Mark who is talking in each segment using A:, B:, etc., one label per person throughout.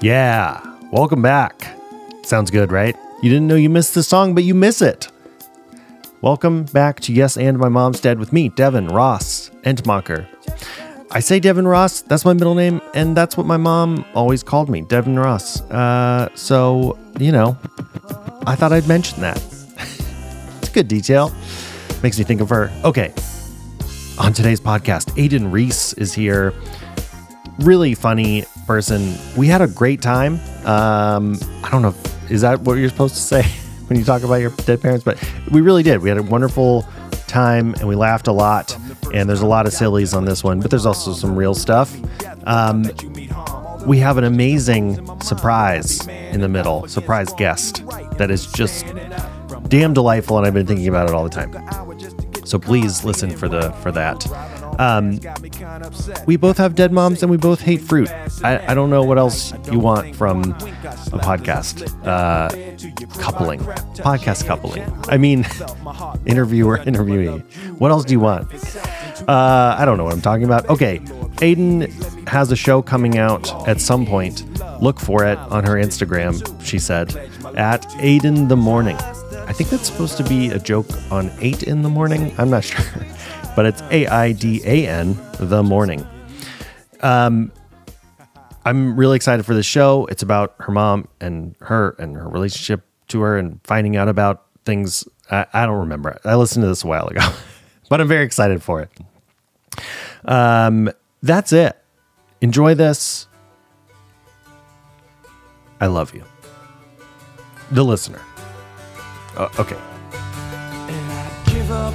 A: Yeah, welcome back. Sounds good, right? You didn't know you missed the song, but you miss it. Welcome back to Yes and My Mom's Dead with me, Devin Ross Entmacher. I say Devin Ross, that's my middle name, and that's what my mom always called me, Devin Ross. Uh, so, you know, I thought I'd mention that. it's a good detail. Makes me think of her. Okay. On today's podcast, Aiden Reese is here really funny person. We had a great time. Um, I don't know, if, is that what you're supposed to say when you talk about your dead parents? But we really did. We had a wonderful time and we laughed a lot. And there's a lot of sillies on this one, but there's also some real stuff. Um, we have an amazing surprise in the middle, surprise guest that is just damn delightful, and I've been thinking about it all the time. So please listen for the for that. Um, we both have dead moms and we both hate fruit. I, I don't know what else you want from a podcast. Uh, coupling, podcast coupling. I mean, interviewer, interviewee. What else do you want? Uh, I don't know what I'm talking about. Okay, Aiden has a show coming out at some point. Look for it on her Instagram, she said, at Aiden the Morning. I think that's supposed to be a joke on 8 in the morning. I'm not sure. But it's A I D A N, the morning. I'm really excited for this show. It's about her mom and her and her relationship to her and finding out about things. I, I don't remember. I listened to this a while ago, but I'm very excited for it. Um, that's it. Enjoy this. I love you. The listener. Uh, okay.
B: And I'd give up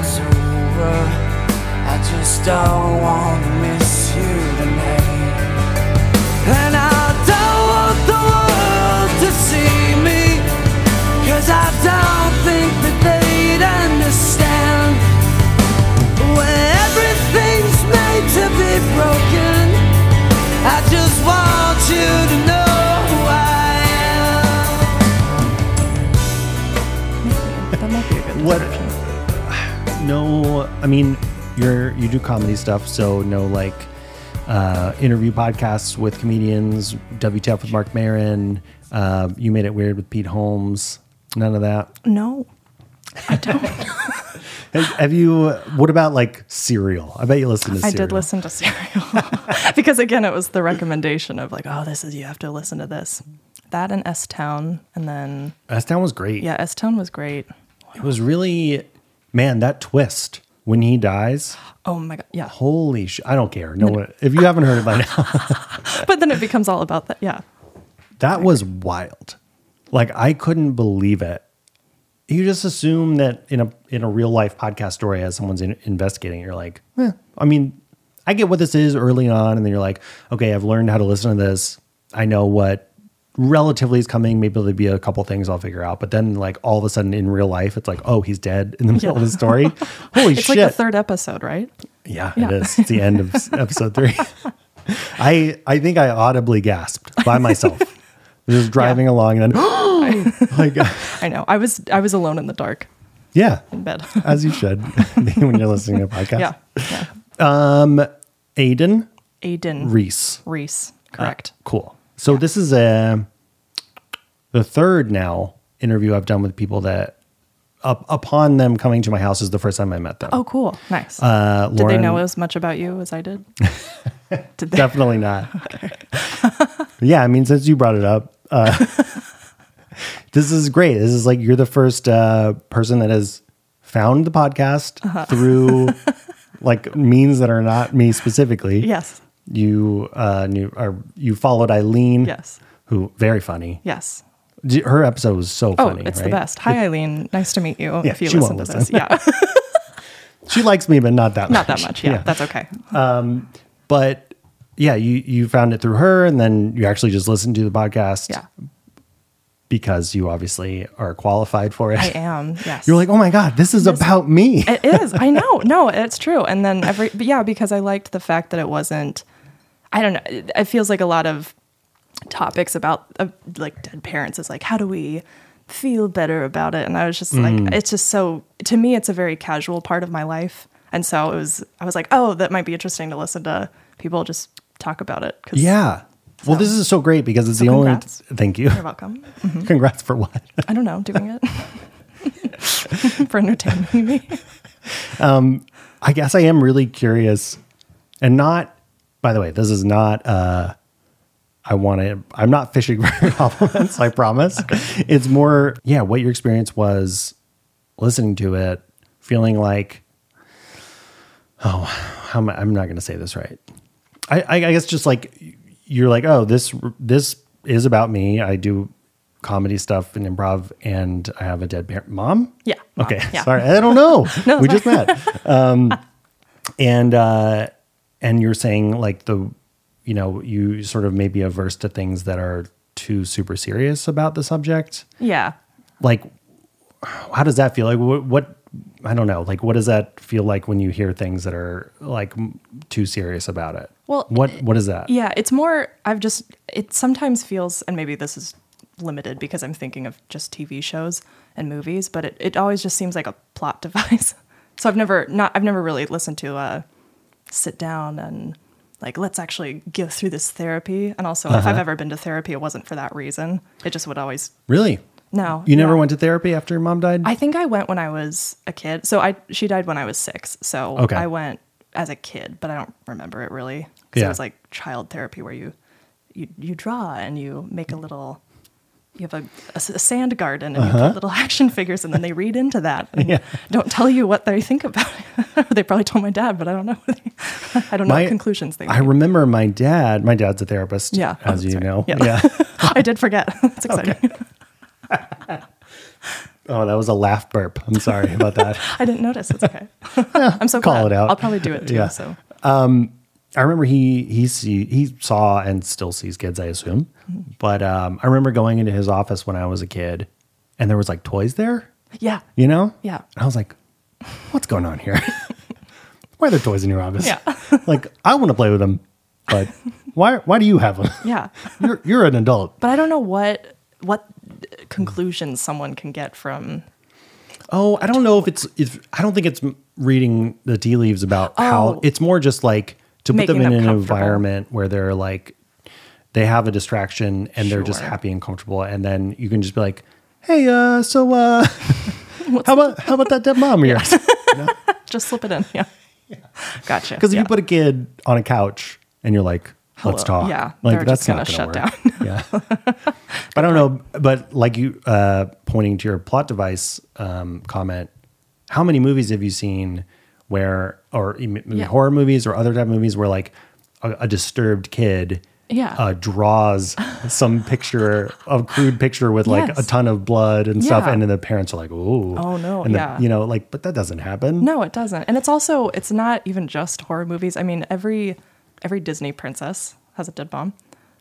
B: it's over. I just don't want to miss you tonight. And I don't want the world to see me. Cause I don't think that they'd understand. When everything's made to be broken, I just want you to know who I am.
C: That might be a good
A: What? No, I mean, you're you do comedy stuff, so no like uh, interview podcasts with comedians. WTF with Mark Maron. Uh, you made it weird with Pete Holmes. None of that.
C: No.
A: Have, have you? What about like Serial? I bet you listen to.
C: I
A: Serial.
C: did listen to Serial. because again, it was the recommendation of like, oh, this is, you have to listen to this. That and S Town. And then,
A: That was great.
C: yeah, S Town was great.
A: it was really man that twist when he dies.
C: Oh my God. Yeah.
A: Holy sh! I don't care. No, one, if you haven't heard it by now.
C: But then it becomes all about that. Yeah.
A: That was wild. Like I couldn't believe it. You just assume that in a in a real life podcast story, as someone's in, investigating, it, you're like, eh. I mean, I get what this is early on, and then you're like, okay, I've learned how to listen to this. I know what relatively is coming. Maybe there'll be a couple things I'll figure out. But then, like all of a sudden, in real life, it's like, oh, he's dead in the middle of the story. Holy
C: It's
A: shit!
C: like the third episode, right?
A: Yeah,
C: Yeah.
A: it is. It's the end of s- episode three. I I think I audibly gasped by myself, just driving along, and then like
C: I know. I was, I was alone in the dark
A: yeah,
C: in bed.
A: as you should when you're listening to a podcast.
C: yeah. yeah.
A: Aiden
C: Aiden
A: Reese,
C: Reese.
A: Uh,
C: Correct.
A: cool. So this is a the third now interview I've done with people that up, upon them coming to my house is the first time I met them.
C: oh, cool. Nice.
A: uh,
C: did they
A: Lauren-
C: know as much about you as I did? did they?
A: Definitely not. yeah, I mean, since you brought it up, uh, this is great. This is like you're the first uh, person that has found the podcast
C: Uh-huh.
A: through like means that are not me specifically.
C: Yes.
A: you uh, knew or you followed Eileen.
C: Yes.
A: who very funny.
C: Yes.
A: D- Her episode was so
C: Oh,
A: funny.
C: it's the
A: right?
C: best. Hi, Eileen. Nice to meet you. if you
A: she
C: listen to
A: won't
C: this,
A: listen.
C: yeah,
A: She likes me, but not that
C: not
A: much.
C: that much. Yeah, that's okay.
A: but yeah, you you found it through her, and then you actually just listened to the podcast
C: Yeah,
A: because you obviously are qualified for it.
C: I am. Yes.
A: You're like, oh my god, this is about me.
C: It is. I know. No, it's true. And then every, but yeah, because I liked the fact that it wasn't, I don't know. It, it feels like a lot of topics about uh, like dead parents is like, how do we feel better about it? And I was just
A: Mm.
C: like, it's just so, to me, it's a very casual part of my life. And so it was, I was like, oh, that might be interesting to listen to people just talk about it. Cause
A: yeah. Well,
C: So-
A: this is so great because it's
C: So
A: the
C: congrats.
A: only. Thank you.
C: You're welcome.
A: Congrats for what?
C: I don't know, doing it for entertaining me.
A: I guess I am really curious, and not. By the way, this is not. uh I want to. I'm not fishing for compliments. I promise. It's more. Yeah, what your experience was, listening to it, feeling like. Oh, how am I, I'm not going to say this right. I, I, I guess just like you're like, oh, this this is about me. I do comedy stuff and improv, and I have a dead parent mom.
C: Yeah. mom,
A: Okay.
C: Yeah.
A: Sorry. I don't know.
C: No,
A: we
C: it's
A: just met. Um, and uh, and you're saying like the, you know, you sort of maybe averse to things that are too super serious about the subject.
C: Yeah.
A: Like, how does that feel? Like, what, what I don't know. Like, what does that feel like when you hear things that are like m- too serious about it?
C: Well, eh,
A: what what is that?
C: Yeah, it's more. I've just. It sometimes feels, and maybe this is limited because I'm thinking of just TV shows and movies, but it, it always just seems like a plot device. so I've never not. I've never really listened to uh, sit down and like let's actually go through this therapy. And also, if
A: Uh-huh.
C: I've ever been to therapy, it wasn't for that reason. It just would always
A: Really?
C: no.
A: You never
C: yeah.
A: went to therapy after your mom died?
C: I think I went when I was a kid. So I she died when I was six. So
A: Okay.
C: I went as a kid, but I don't remember it really because
A: Yeah.
C: it was like child therapy where you you you draw and you make a little you have a, a s- a sand garden and you put little action figures and then they read into that and
A: Uh-huh. Yeah.
C: don't tell you what they think about it. they probably told my dad, but I don't know. I don't know
A: My-
C: what conclusions they.
A: I
C: made.
A: remember my dad. My dad's a therapist.
C: Yeah. Oh,
A: as
C: that's
A: you
C: right.
A: know.
C: Yeah.
A: yeah.
C: I did forget. That's exciting.
A: Oh, that was a laugh burp. I'm sorry about that.
C: I didn't notice. It's okay. I'm so
A: Call
C: glad.
A: it out.
C: I'll probably do it too.
A: Yeah.
C: So
A: I remember he he see, he saw and still sees kids, I assume.
C: Mm-hmm.
A: But um, I remember going into his office when I was a kid, and there was like toys there,
C: yeah,
A: you know.
C: Yeah.
A: And I was like, "What's going on here? why are there toys in your office?
C: Yeah.
A: like I want to play with them, but why why do you have them?
C: yeah.
A: you're you're an adult.
C: But I don't know what what conclusions someone can get from.
A: Oh, I don't know if it's if I don't think it's m- reading the tea leaves about how
C: Oh.
A: it's more just like to put them
C: Making
A: in
C: them
A: an
C: comfortable.
A: environment where they're like they have a distraction and they're just
C: Sure.
A: happy and comfortable and then you can just be like, "Hey, uh so uh how about how about that dead mom of yours?"
C: Just slip it in. Yeah. Gotcha.
A: Cuz if
C: yeah.
A: you put a kid on a couch and you're like, "Let's
C: Hello.
A: talk."
C: Yeah,
A: Like
C: they're
A: that's
C: just
A: not
C: gonna
A: going to work. yeah. but I don't know, but like you uh pointing to your plot device um comment, how many movies have you seen where or e, m- m-
C: Yeah.
A: horror movies or other type of movies where like a, a disturbed kid
C: Yeah.
A: uh, draws some picture of crude picture with like
C: Yes.
A: a ton of blood and stuff
C: Yeah.
A: and then the parents are like, "Ooh."
C: Oh, no,
A: And the-
C: yeah.
A: you know, like but that doesn't happen.
C: No, it doesn't. And it's also it's not even just horror movies. I mean, every every Disney princess has a dead mom,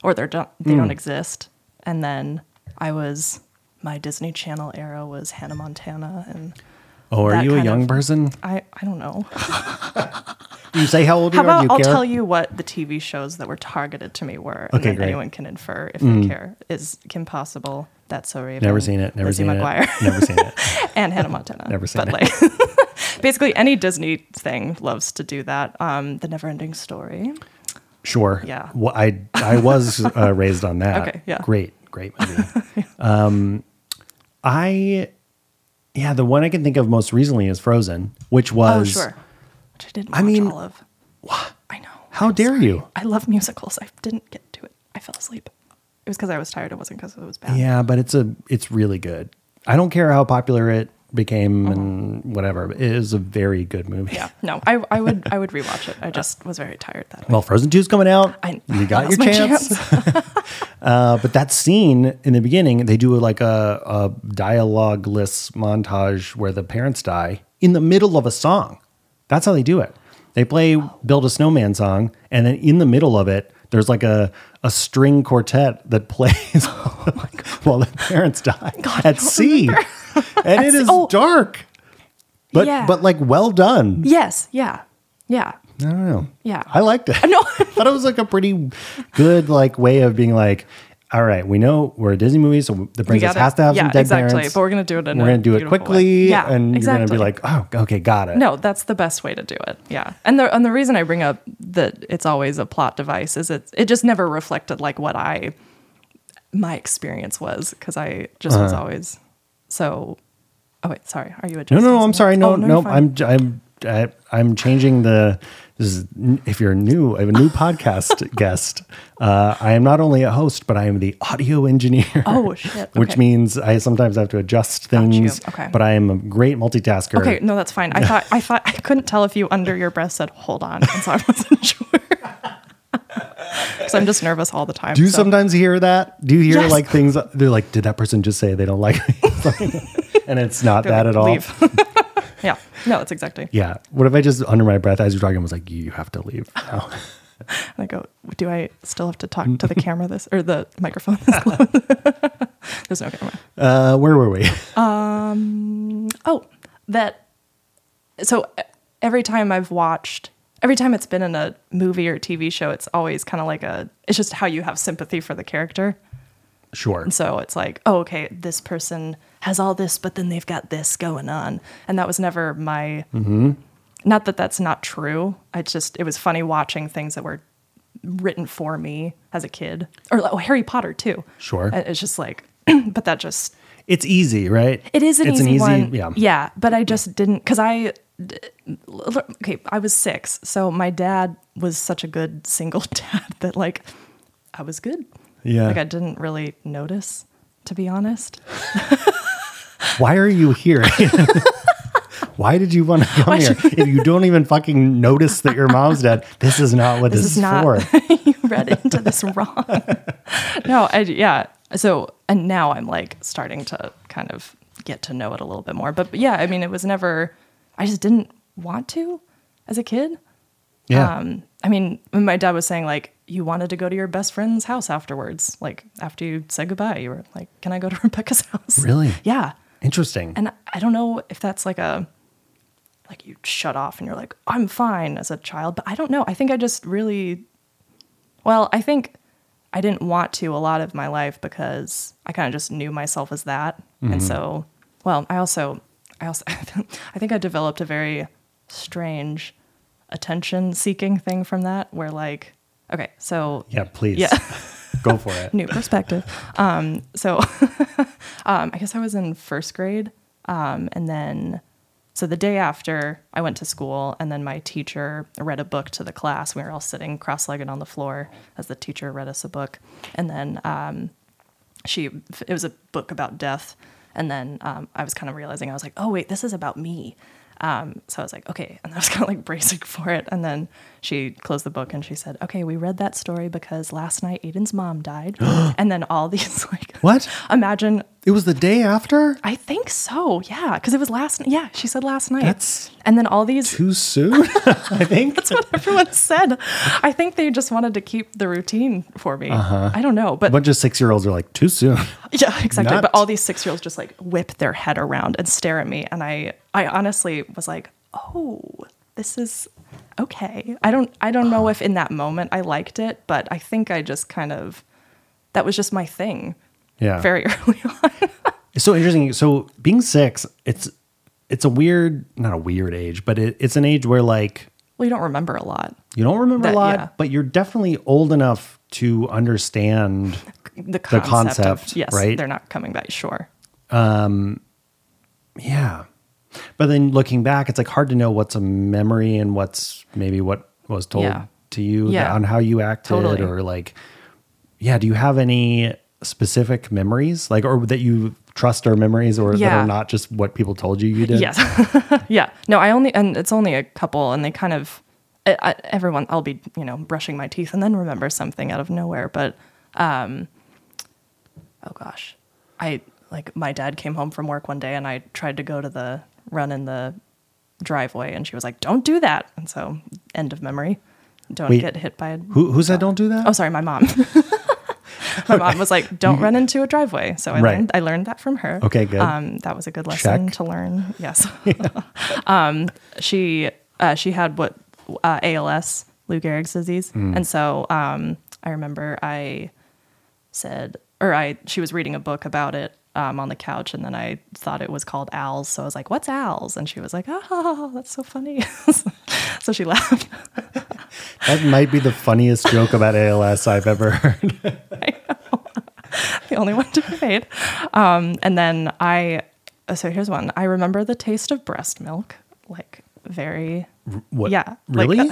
C: or they're don't, they
A: Hmm.
C: don't exist. And then I was my Disney Channel era was Hannah Montana, and
A: Oh, are
C: that
A: you a
C: kind
A: young
C: of-
A: person?
C: I I don't know.
A: Do you say how old
C: How
A: you are? Do
C: about
A: you
C: I'll
A: care?
C: tell you what the TV shows that were targeted to me were, and
A: Okay,
C: then
A: great. Hmm.
C: anyone can infer if they care. Is Kim Possible? That's so Raven.
A: Never seen it. Never
C: Lizzie
A: seen
C: McGuire,
A: it. Never seen it.
C: and Hannah Montana.
A: Never seen
C: but
A: it.
C: Like, basically, any Disney thing loves to do that. Um, the Neverending Story.
A: Sure.
C: Yeah.
A: Well, I I was uh, raised on that.
C: Okay, yeah.
A: Great. Great movie. um, I, yeah, the one I can think of most recently is Frozen, which
C: Oh,
A: was.
C: sure. Which I didn't.
A: I
C: Watch
A: mean,
C: all of. I know.
A: How dare you?
C: I love musicals. I didn't get to it. I fell asleep. It was because I was tired. It wasn't because it was bad.
A: Yeah, but it's a it's really good. I don't care how popular it became and whatever. It is a very good movie.
C: Uh-huh. Yeah. No, I, I would I would rewatch it. I just was very tired that.
A: Well, Frozen 2 is coming out.
C: I-
A: you got
C: now's
A: your
C: my
A: chance. uh, but that scene in the beginning, they do like a, a dialogue-less montage where the parents die in the middle of a song. That's how they do it. They play Build a Snowman song, and then in the middle of it, there's like a, a string quartet that plays while the parents die at sea. and it is
C: oh.
A: dark. But
C: Yeah.
A: but like well done.
C: Yes. Yeah. Yeah.
A: I don't know.
C: Yeah.
A: I liked it.
C: No.
A: thought it was like a pretty good like way of being like, all right, we know we're a Disney movie, so the princess
C: gotta-
A: has to have
C: yeah,
A: some dead
C: exactly,
A: parents.
C: but we're gonna do it in
A: We're
C: a
A: gonna do it
C: beautiful way.
A: quickly,
C: Yeah,
A: and
C: exactly.
A: you're gonna be like, oh, okay, got it.
C: No, that's the best way to do it. Yeah. And the and the reason I bring up that it's always a plot device is it it just never reflected like what I my experience was because I just was always so Oh wait, sorry. Are
A: Uh-huh.
C: you
A: No,
C: adjusting?
A: no, no. I'm sorry. No,
C: Oh,
A: no.
C: you're fine.
A: I'm, I'm, I, I'm changing the. This is, if you're new, I have a new podcast guest. Uh, I am not only a host, but I am the audio engineer.
C: Oh, shit.
A: Which
C: Okay.
A: means I sometimes have to adjust things.
C: Okay.
A: But I am a great multitasker.
C: Okay, no, that's fine. I thought I thought I couldn't tell if you under your breath said "hold on," and so I wasn't sure. Because I'm just nervous all the time.
A: Do you
C: so-
A: sometimes hear that? Do you hear
C: Yes.
A: like things? They're like, did that person just say they don't like me? and it's not
C: They're
A: that at
C: like,
A: all.
C: "Leave." yeah, no, that's exactly.
A: Yeah. What if I just under my breath as you're talking was like, you have to leave now.
C: And I go, do I still have to talk to the camera this or the microphone this close? There's no camera.
A: Uh, where were we?
C: Oh, that. So e- every time I've watched, every time it's been in a movie or TV show, it's always kind of like a. It's just how you have sympathy for the character.
A: Sure.
C: And so it's like, oh, okay, this person has all this, but then they've got this going on. And that was never my, not that that's not true. I just, it was funny watching things that were written for me as a kid or like, oh, Harry Potter too.
A: Sure.
C: And It's just like, but that just,
A: It's easy, right?
C: it is an
A: it's
C: easy, one.
A: Yeah.
C: Yeah. But I just didn't, cause I, d- l- l- okay, I was six. So my dad was such a good single dad that like I was good.
A: Yeah.
C: Like I didn't really notice, to be honest.
A: Why are you here? Why did you want to come here? If you don't even fucking notice that your mom's dead, this is not what this,
C: this
A: is,
C: is not
A: for.
C: you read into this wrong no I, yeah so and now i'm like starting to kind of get to know it a little bit more but yeah i mean it was never i just didn't want to as a kid
A: Yeah.
C: um i mean when my dad was saying like you wanted to go to your best friend's house afterwards like after you said goodbye you were like can i go to rebecca's house
A: Really?
C: yeah
A: Interesting.
C: and I don't know if that's like a like you shut off and you're like I'm fine as a child, but I don't know. I think I just really well, I think I didn't want to a lot of my life because I kind of just knew myself as that. And so, well, I also I also I think I developed a very strange attention seeking thing from that where like okay, so
A: yeah, please.
C: yeah.
A: Go for it.
C: new perspective. Um, so um, I guess I was in first grade. Um, and then, so the day after I went to school, and then my teacher read a book to the class. We were all sitting cross legged on the floor as the teacher read us a book. And then um, she, it was a book about death. And then um, I was kind of realizing, I was like, oh, wait, this is about me. Um, so I was like, okay. And I was kind of like bracing for it. And then she closed the book and she said, okay, we read that story because last night Aiden's mom died. and then all these, like,
A: What?
C: Imagine,
A: It was the day after?
C: I think so. Yeah. Because it was last, yeah, she said last night.
A: That's-
C: and then all these,
A: Too soon? I think.
C: that's what everyone said. I think they just wanted to keep the routine for me.
A: Uh-huh.
C: I don't know. But
A: A bunch of six year olds are like, too soon.
C: Yeah, exactly.
A: Nuts.
C: But all these six year olds just like whip their head around and stare at me. And I, I honestly was like, oh, this is okay. I don't, I don't know if in that moment I liked it, but I think I just kind of, that was just my thing
A: Yeah.
C: very early on.
A: It's so interesting. So being six, it's it's a weird, not a weird age, but it, it's an age where like
C: Well, you don't remember a lot.
A: you don't remember
C: That-
A: a lot,
C: yeah.
A: but you're definitely old enough to understand
C: The concept,
A: concept,
C: of, yes,
A: right?
C: they're not coming back. Sure.
A: Yeah. But then looking back, it's like hard to know what's a memory and what's maybe what was told
C: Yeah.
A: to you
C: Yeah.
A: that- on how you acted
C: Totally.
A: or like, yeah, do you have any specific memories like, or that you trust are memories or that
C: Yeah.
A: are not just what people told you you did?
C: Yes. yeah. No, I only, and it's only a couple, and they kind of, I, I, everyone, I'll be, you know, brushing my teeth and then remember something out of nowhere. But, um, oh gosh, I, like, my dad came home from work one day and I tried to go to the run in the driveway, and she was like, "Don't do that." And so, end of memory. Don't
A: Wait,
C: get hit by a.
A: Who, who said don't do that?
C: Oh, sorry, my mom. my mom was like, "Don't run into a driveway." So I
A: Right.
C: learned I learned that from her.
A: Okay, good.
C: Um, that was a good lesson
A: Check.
C: to learn. Yes. um, she uh, she had what uh, ALS, Lou Gehrig's disease,
A: Mm.
C: and so um, I remember I said, or I she was reading a book about it. Um, on the couch, and then I thought it was called Owls. So I was like, What's Owls? And she was like, Oh, that's so funny. so she laughed.
A: That might be the funniest joke about ALS I've ever heard.
C: the only one to be made. Um, and then I, uh, so here's one. I remember the taste of breast milk, like very,
A: What?
C: yeah, like, uh,
A: Really?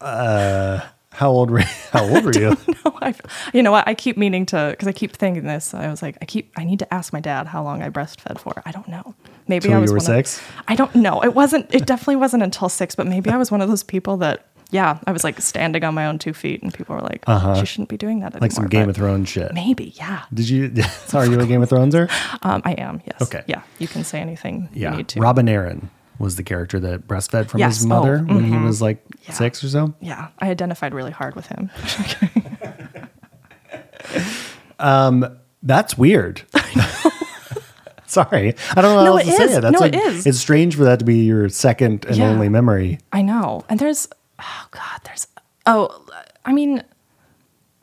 A: how old were How old were you?
C: no, I, you know what? I keep meaning to because I keep thinking this. I was like, I keep, I need to ask my dad how long I breastfed for. I don't know. Maybe
A: Till
C: I
A: you
C: was
A: were
C: one
A: six?
C: Of, I don't know. It wasn't. It definitely wasn't until six. But maybe I was one of those people that. Yeah, I was like standing on my own two feet, and people were like, "She shouldn't be doing that anymore."
A: Uh-huh. Like some Game
C: but
A: of Thrones shit.
C: Maybe, yeah.
A: Did you? Are you a Game of Throneser?
C: Um, I am. Yes.
A: Okay.
C: Yeah, you can say anything
A: Yeah.
C: you need to.
A: Robin Aaron was the character that breastfed from
C: Yes.
A: his mother
C: Oh,
A: when he was like
C: Yeah.
A: six or so.
C: yeah, I identified really hard with him.
A: That's weird. Sorry, I don't know
C: No,
A: how else
C: it
A: to
C: is.
A: say it. That's a-
C: No, it is.
A: It's strange for that to be your second and
C: Yeah.
A: only memory.
C: I know. And there's, oh God, there's, oh, I mean,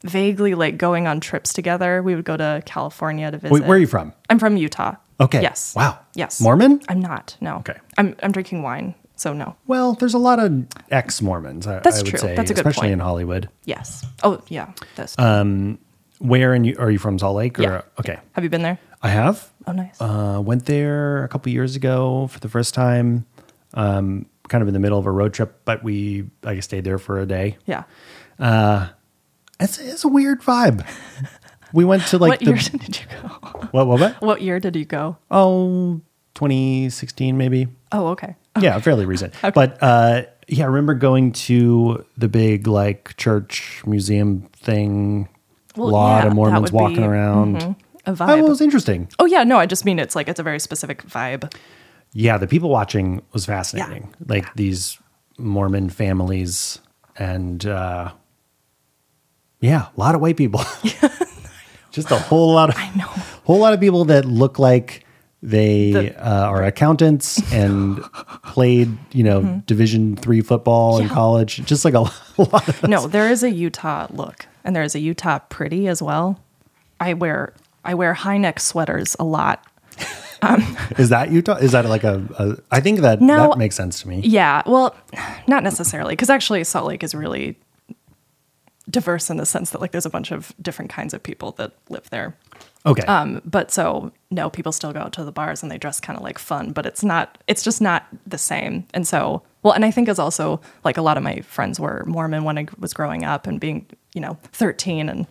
C: vaguely like going on trips together. We would go to California to visit.
A: Wait, where are you from?
C: I'm from Utah.
A: Okay.
C: Yes.
A: Wow.
C: Yes.
A: Mormon?
C: I'm not. No.
A: Okay.
C: I'm, I'm drinking wine. So no.
A: Well, there's a lot of ex-Mormons. I, I
C: That's
A: would
C: true.
A: say,
C: That's a good
A: especially
C: point.
A: in Hollywood.
C: Yes. Oh yeah. That's
A: Uh, Where and you are you from Salt Lake? Or,
C: Yeah.
A: Okay.
C: Have you been there?
A: I have.
C: Oh, nice.
A: Uh, went there a couple years ago for the first time, um, kind of in the middle of a road trip, but we I stayed there for a day.
C: yeah.
A: It's, it's a weird vibe. We went to
C: what
A: like
C: year
A: the
C: did you go?
A: what what what?
C: What year did you go?
A: Oh, 2016 maybe.
C: Oh, okay.
A: Yeah, fairly recent. But uh, yeah, I remember going to the big like church museum thing. A
C: Well,
A: lot
C: yeah,
A: of
C: that
A: Mormons
C: would
A: walking
C: be-
A: around.
C: A
A: That
C: vibe.
A: was interesting.
C: oh yeah. No, I just mean it's like, it's a very specific vibe.
A: Yeah, the people watching was fascinating. Like these Mormon families and uh yeah, a lot of white people. Just a whole lot of
C: I know.
A: whole lot of people that look like they
C: The-
A: uh, are accountants and played, you know, Division three football in
C: Mm-hmm. Yeah.
A: college. Just like a, lot of
C: no, there is a Utah look, and there is a Utah pretty as well. I wear I wear high neck sweaters a lot.
A: is that Utah? Is that like a? a I think that
C: No.
A: that makes sense to me.
C: Yeah, well, not necessarily, because actually Salt Lake is really diverse in the sense that like there's a bunch of different kinds of people that live there.
A: Okay,
C: Um, but so no, people still go out to the bars and they dress kind of like fun, but it's not. It's just not the same. And so, well, and I think it's also like a lot of my friends were Mormon when I was growing up and being, you know, thirteen, and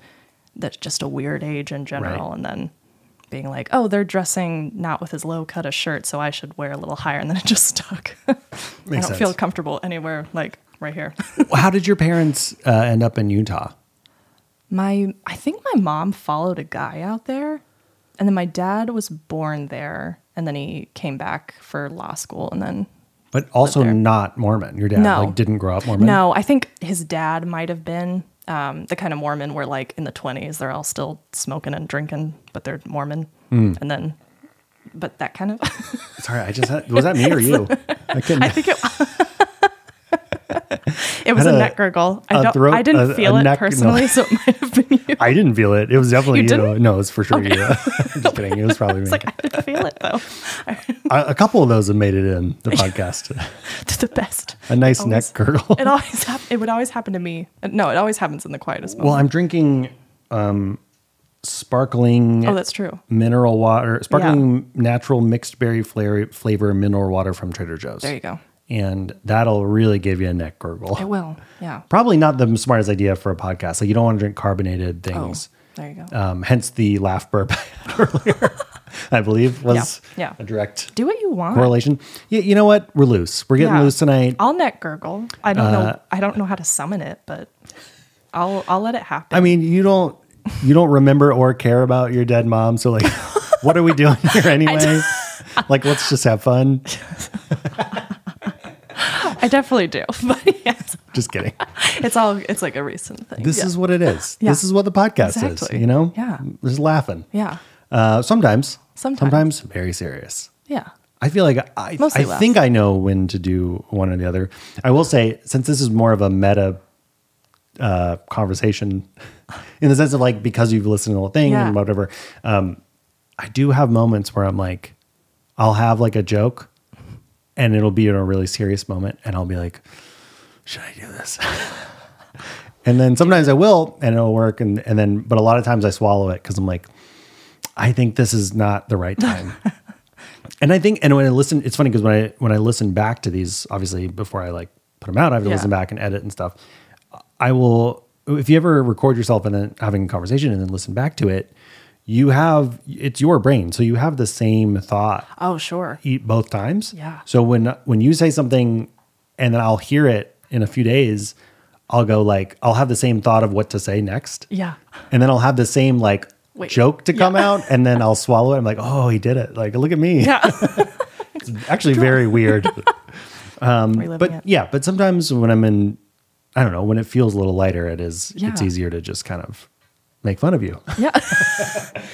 C: that's just a weird age in general.
A: Right.
C: And then being like, oh, they're dressing not with as low cut a shirt, so I should wear a little higher, and then it just stuck. I don't
A: Makes
C: feel
A: sense.
C: comfortable anywhere like right here.
A: how did your parents uh, end up in Utah?
C: My I think my mom followed a guy out there and then my dad was born there and then he came back for law school and then
A: But also
C: there.
A: not Mormon. Your dad
C: No.
A: like didn't grow up Mormon.
C: No, I think his dad might have been um, the kind of Mormon where like in the 20s they're all still smoking and drinking but they're Mormon.
A: Hmm.
C: And then but that kind of
A: Sorry, I just had, was that me or you? I couldn't.
C: I think it It was
A: Had
C: a,
A: a-
C: neck gurgle. I
A: a
C: don't
A: throat-
C: I didn't
A: a- a
C: feel it
A: neck- no.
C: personally so it might have been you.
A: I didn't feel it. It was definitely
C: You
A: you.
C: didn't?
A: No, it's for sure you. I'm just kidding. It was probably me.
C: It's like I didn't feel it though.
A: a, a couple of those have made it in the podcast.
C: to the best.
A: a nice
C: Always.
A: neck girdle.
C: It always hap- it would always happen to me. No, it always happens in the quietest moment.
A: Well, I'm drinking um, sparkling.
C: oh, that's true.
A: Mineral water, sparkling natural mixed berry flavor, flavor mineral water from Trader Joe's.
C: There you go.
A: And that'll really give you a neck gurgle.
C: It will. Yeah.
A: Probably not the smartest idea for a podcast. Like you don't want to drink carbonated
C: Oh,
A: things.
C: there you go.
A: Um, hence the laugh burp I had earlier, I believe, was
C: Yeah, yeah.
A: a direct
C: Do what you want.
A: correlation. Yeah, you know what? We're loose. We're getting
C: Yeah.
A: loose tonight. Uh, i
C: I'll neck gurgle. I don't know. I don't know how to summon it, but I'll I'll let it happen.
A: mean, you don't you don't remember or care about your dead mom, so like, what are we doing here anyway? like, let's just have fun.
C: I definitely do. But yes,
A: Just kidding.
C: it's all it's like a recent thing.
A: This
C: yeah.
A: is what it is.
C: Yeah.
A: This is what the podcast
C: Exactly.
A: is. You know?
C: Yeah.
A: Just laughing.
C: yeah,
A: Uh, sometimes.
C: Sometimes.
A: Sometimes very serious.
C: yeah.
A: I feel like I,
C: Mostly
A: I
C: left.
A: think I know when to do one or the other. I will say, since this is more of a meta uh, conversation, in the sense of like because you've listened to the whole thing
C: Yeah.
A: and whatever, um, I do have moments where I'm like, I'll have like a joke, and it'll be in a really serious moment, and I'll be like, should I do this? and then sometimes I will, and it'll work, and and then but a lot of times I swallow it because I'm like, I think this is not the right time. And I think, and when I listen, it's funny because when I when I listen back to these, obviously before I like put them out, I have to
C: Yeah.
A: listen back and edit and stuff. I will. If you ever record yourself and then having a conversation and then listen back to it, you have it's your brain, so you have the same thought
C: Oh sure.
A: e- both times.
C: Yeah.
A: So when when you say something, and then I'll hear it in a few days, I'll go like I'll have the same thought of what to say next
C: Yeah.
A: and then I'll have the same like
C: Wait.
A: joke to come out, and then I'll swallow it. I'm like, oh, he did it! Like, look at me.
C: Yeah.
A: It's actually very weird.
C: Reliving
A: Um, but
C: it.
A: yeah, but sometimes when I'm in, I don't know, when it feels a little lighter, it is. It's
C: Yeah.
A: easier to just kind of make fun of you,
C: Yeah.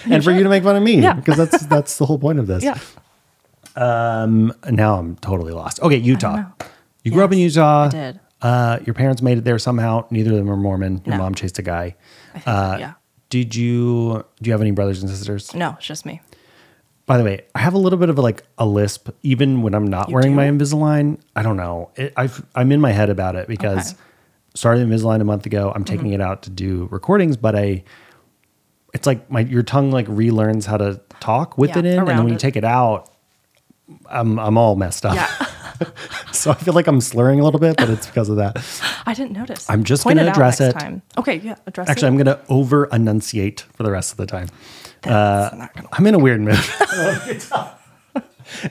A: and for you to make fun of me,
C: Yeah.
A: because that's that's the whole point of this.
C: yeah.
A: And Um, now I'm totally lost. Okay, Utah.
C: know.
A: You grew up in
C: Yes,
A: Utah.
C: I did.
A: Uh, your parents made it there somehow. Neither of them are Mormon. Your
C: No.
A: mom chased a guy.
C: I think,
A: Uh,
C: yeah.
A: Did you do you have any brothers and sisters?
C: No, it's just me.
A: By the way, I have a little bit of like a lisp, even when I'm not
C: You
A: wearing
C: do?
A: my Invisalign. I don't know. It, I've, I'm in my head about it because
C: Okay. Mm-hmm.
A: started Invisalign a month ago. I'm taking it out to do recordings, but I, it's like my your tongue like relearns how to talk with
C: Yeah,
A: it in, and then
C: around
A: when you
C: it.
A: take it out, I'm I'm all messed up.
C: Yeah.
A: so I feel like I'm slurring a little bit, but it's because of that.
C: I didn't notice.
A: I'm just
C: Point
A: gonna
C: out
A: address
C: next
A: it.
C: Time. Okay, yeah, address
A: Actually,
C: it.
A: I'm gonna over enunciate for the rest of the time. Uh,
C: That's not gonna
A: I'm in a weird mood.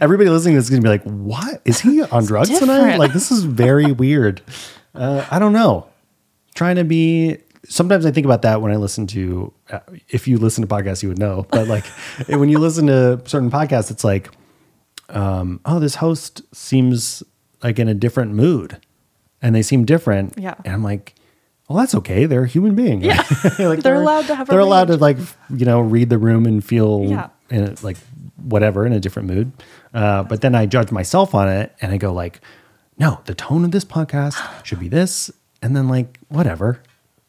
A: Everybody listening to this is gonna be like, "What is he on drugs tonight?"
C: different.
A: Like this is very weird. Uh, I don't know. Trying to be. Sometimes I think about that when I listen to. Uh, if you listen to podcasts, you would know. But like when you listen to certain podcasts, it's like, um, "Oh, this host seems like in a different mood, and they seem different."
C: Yeah.
A: and I'm like. Well, that's okay. They're a human being. Yeah. like
C: They're allowed to have a
A: They're allowed to
C: range.
A: like you know read the room and feel
C: Yeah.
A: in a, like whatever in a different mood. Uh, but then I judge myself on it and I go like, no, the tone of this podcast should be this, and then like whatever.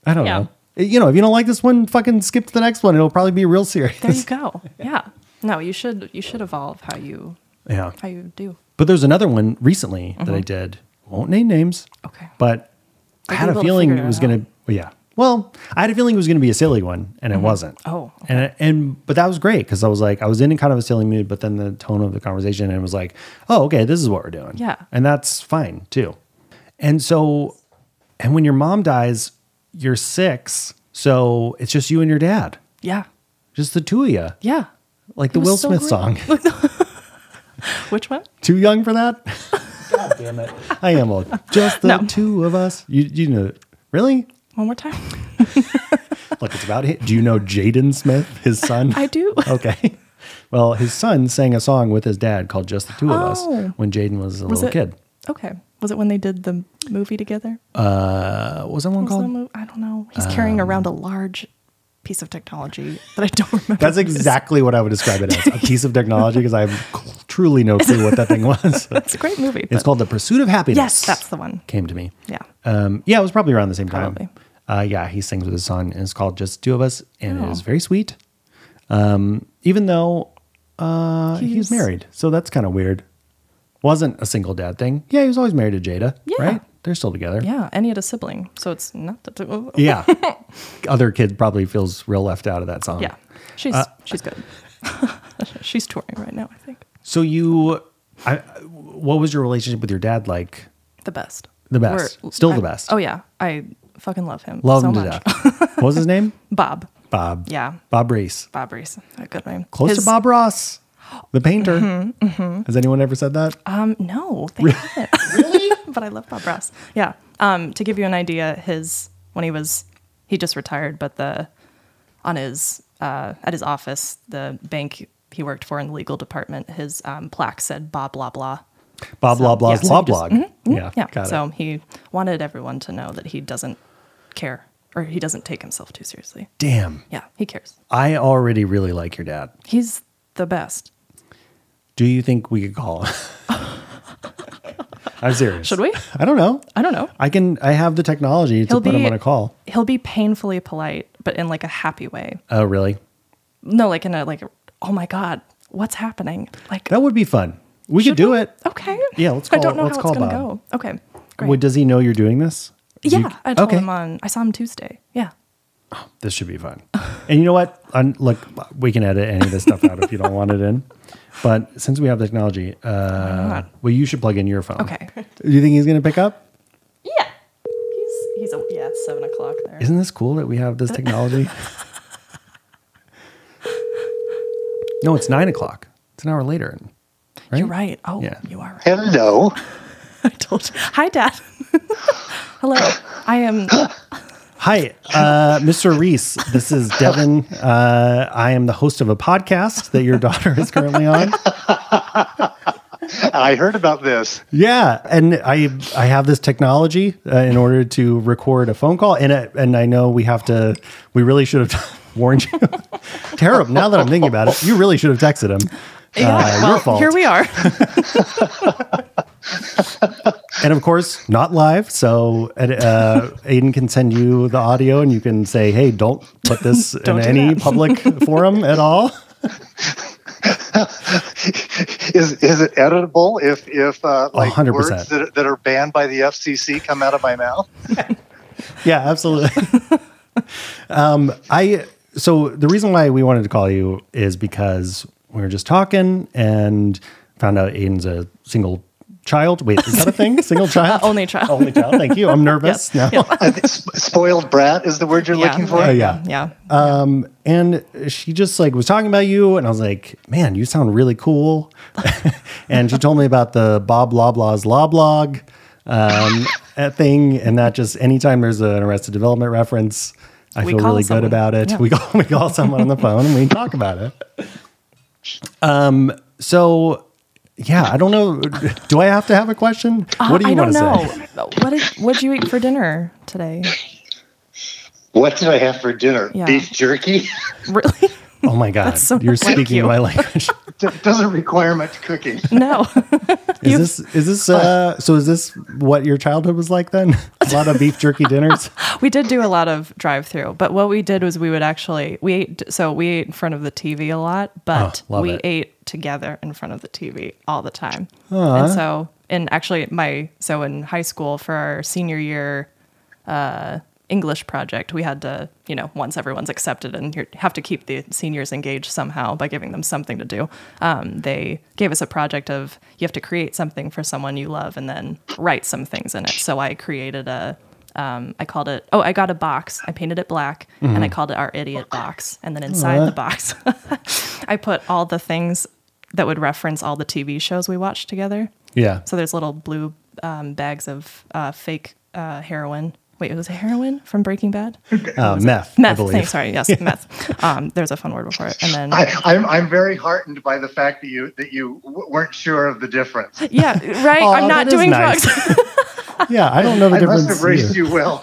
A: I don't
C: Yeah.
A: know. You know, if you don't like this one, fucking skip to the next one. It'll probably be real serious.
C: There you go. Yeah. No, you should you should evolve how you
A: yeah.
C: how you do.
A: But there's another one recently that I did. Won't name names.
C: Mm-hmm. Okay.
A: But I had
C: They'll be
A: a
C: able to
A: feeling
C: figure
A: it
C: it
A: was
C: out.
A: going to. Yeah. Well, I had a feeling it was going to be a silly one, and it wasn't.
C: Oh,
A: And and but that was great because I was like I was in kind of a silly mood, but then the tone of the conversation and it was like, oh, okay, this is what we're doing.
C: Yeah.
A: And that's fine too. And so, and when your mom dies, you're six, so it's just you and your dad,
C: Yeah.
A: just the two of you,
C: Yeah.
A: like the
C: was
A: Will
C: so
A: Smith
C: great.
A: song.
C: Which one?
A: Too young for that? God damn it. I am old. Just the
C: No.
A: two of us. You you know really?
C: One more time.
A: Look, it's about it. Do you know Jaden Smith, his son?
C: I do.
A: Okay. Well, his son sang a song with his dad called Just the Two of Us
C: Oh.
A: when Jaden was a
C: Was
A: little
C: it-
A: kid.
C: Okay. Was it when they did the movie together?
A: Uh, what was that one
C: Was the
A: called? Um,
C: mo- I don't know. He's carrying around a large piece of technology that I don't remember.
A: That's
C: what it is.
A: exactly what I would describe it as a piece of technology because I have truly no clue what that thing was.
C: It's a great movie.
A: It's
C: but-
A: called The Pursuit of Happiness.
C: Yes, that's the one.
A: Came to me.
C: Yeah.
A: Um, yeah, it was probably around the same time.
C: Probably.
A: Uh, yeah, he sings with his son, and it's called Just Two of Us, and it
C: Oh.
A: is very sweet. Um, even though uh, he was
C: He's-
A: married, so that's kind of weird. Wasn't a single dad thing. Yeah, he was always married to Jada,
C: Yeah.
A: right? They're still together.
C: Yeah, and he had a sibling, so it's not that. oh, oh.
A: Yeah. Other kid probably feels real left out of that song.
C: Yeah, she's
A: Uh,
C: she's good. she's touring right now, I think.
A: So you, I, what was your relationship with your dad like?
C: The best.
A: The best. Still the
C: I-
A: best.
C: Oh yeah, I fucking love him.
A: Love
C: so
A: him to
C: much.
A: death. what was his name?
C: Bob.
A: Bob.
C: Yeah,
A: Bob Reese.
C: Bob Reese. A good name.
A: Close
C: His- Mm-hmm,
A: to Bob Ross, the painter. Has anyone ever said that?
C: Um, no, they haven't. really? but I love Bob Ross. Yeah. Um, to give you an idea, his when he was he just retired, but the on his uh, at his office, the bank he worked for in the legal department, his um, plaque said Bob blah blah.
A: Bob blah blah
C: yeah, so
A: blah
C: he just- mm-hmm,
A: blog. Yeah,
C: Yeah.
A: got
C: so
A: it.
C: he wanted everyone to know that he doesn't care or he doesn't take himself too seriously.
A: Damn,
C: Yeah, he cares.
A: I already really like your dad.
C: He's the best.
A: Do you think we could call him? I'm serious.
C: Should we?
A: I don't know.
C: I don't know.
A: I can. I have the technology to
C: He'll
A: put him
C: be-
A: on a call.
C: He'll be painfully polite, but in like a happy way.
A: Oh, really?
C: No, like in a like oh my god, what's happening? Like
A: That would be fun. We could do it.
C: okay.
A: Yeah, let's
C: I
A: call-
C: don't know
A: let's
C: how
A: call
C: it's gonna
A: Bob.
C: go. Okay. Great.
A: Wait, does he know you're doing this? Do you-
C: yeah, I told
A: okay.
C: him on I saw him Tuesday. Yeah.
A: This should be fun. and you know what? Un- look, we can edit any of this stuff out if you don't want it in. But since we have technology, uh,
C: not?
A: well, you should plug in your phone.
C: Okay.
A: Do you think he's going to pick up?
C: yeah. He's he's a, yeah, it's seven o'clock there.
A: Isn't this cool that we have this technology? no, it's nine o'clock. It's an hour later. Right?
C: You're right. Oh,
A: Yeah.
C: you are right.
D: Hello.
C: I told you. Hi, Dad. Hello. I am.
A: Uh, Hi, uh, Mr. Reese. This is Devin. Uh, I am the host of a podcast that your daughter is currently on.
D: I heard about this.
A: Yeah, and I I have this technology uh, in order to record a phone call, and it, and I know we have to. We really should have warned you. Terrible. Now that I'm thinking about it, you really should have texted him. uh,
C: Yeah,
A: your fault.
C: Here we are.
A: And of course, not live. So and, uh, Aiden can send you the audio, and you can say, "Hey, don't put this
C: Don't
A: in
C: do
A: any
C: that.
A: public forum at all."
D: Is is it editable if if uh, like
A: 100%.
D: words that, are- that are banned by the FCC come out of my mouth?
A: yeah, absolutely. um, I so the reason why we wanted to call you is because we were just talking and found out Aiden's a single child. Wait, is that a thing? Single child?
C: Only child.
A: Only child. Thank you. I'm nervous now.
D: I think sp- spoiled brat is the word you're looking for.
A: Oh, yeah.
C: Yeah.
A: and she just like was talking about you and i was like man you sound really cool and she told me about the bob loblaw's law blog um, uh, thing and that just anytime there's an arrested development reference i
C: We
A: feel
C: call
A: really
C: someone.
A: good about it
C: Yeah.
A: we, call, we call someone on the phone and we talk about it um, so yeah i don't know do i have to have a question
C: Uh,
A: what do you
C: I
A: want
C: don't
A: to
C: know.
A: say
C: What did what'd you eat for dinner today?
D: What did I have for dinner?
C: Yeah.
D: Beef jerky.
C: Really?
A: oh my god
C: so
A: you're
C: like
A: speaking
C: you.
A: my language
D: It doesn't require much cooking.
C: No.
A: Is this is this uh, so? Is this what your childhood was like then? A lot of beef jerky dinners.
C: we did do a lot of drive-through, but what we did was we would actually we ate so we ate in front of the TV a lot, but
A: Oh, love
C: we
A: it.
C: ate together in front of the TV all the time. And so and actually my so in high school for our senior year uh, English project, we had to, you know, once everyone's accepted and you have to keep the seniors engaged somehow by giving them something to do. Um, they gave us a project of you have to create something for someone you love and then write some things in it. So I created a, um, I called it, oh, I got a box. I painted it black and I
A: Mm-hmm.
C: called it our idiot box. And then inside the box, I put all the things that would reference all the TV shows we watched together.
A: Yeah.
C: So there's little blue um, bags of uh, fake uh, heroin. Wait, was it heroin from Breaking Bad?
A: Uh, meth. I
C: Meth.
A: believe.
C: Thanks. Sorry. Yes, meth. Um, there's a fun word before it. And then,
D: I, I'm I'm very heartened by the fact that you that you w- weren't sure of the difference.
C: yeah, right.
A: Aw,
C: I'm not
A: Oh, that is
C: doing
A: nice.
C: drugs.
A: Yeah, I don't know the
D: I
A: difference.
D: must have raised
A: either.
D: you well.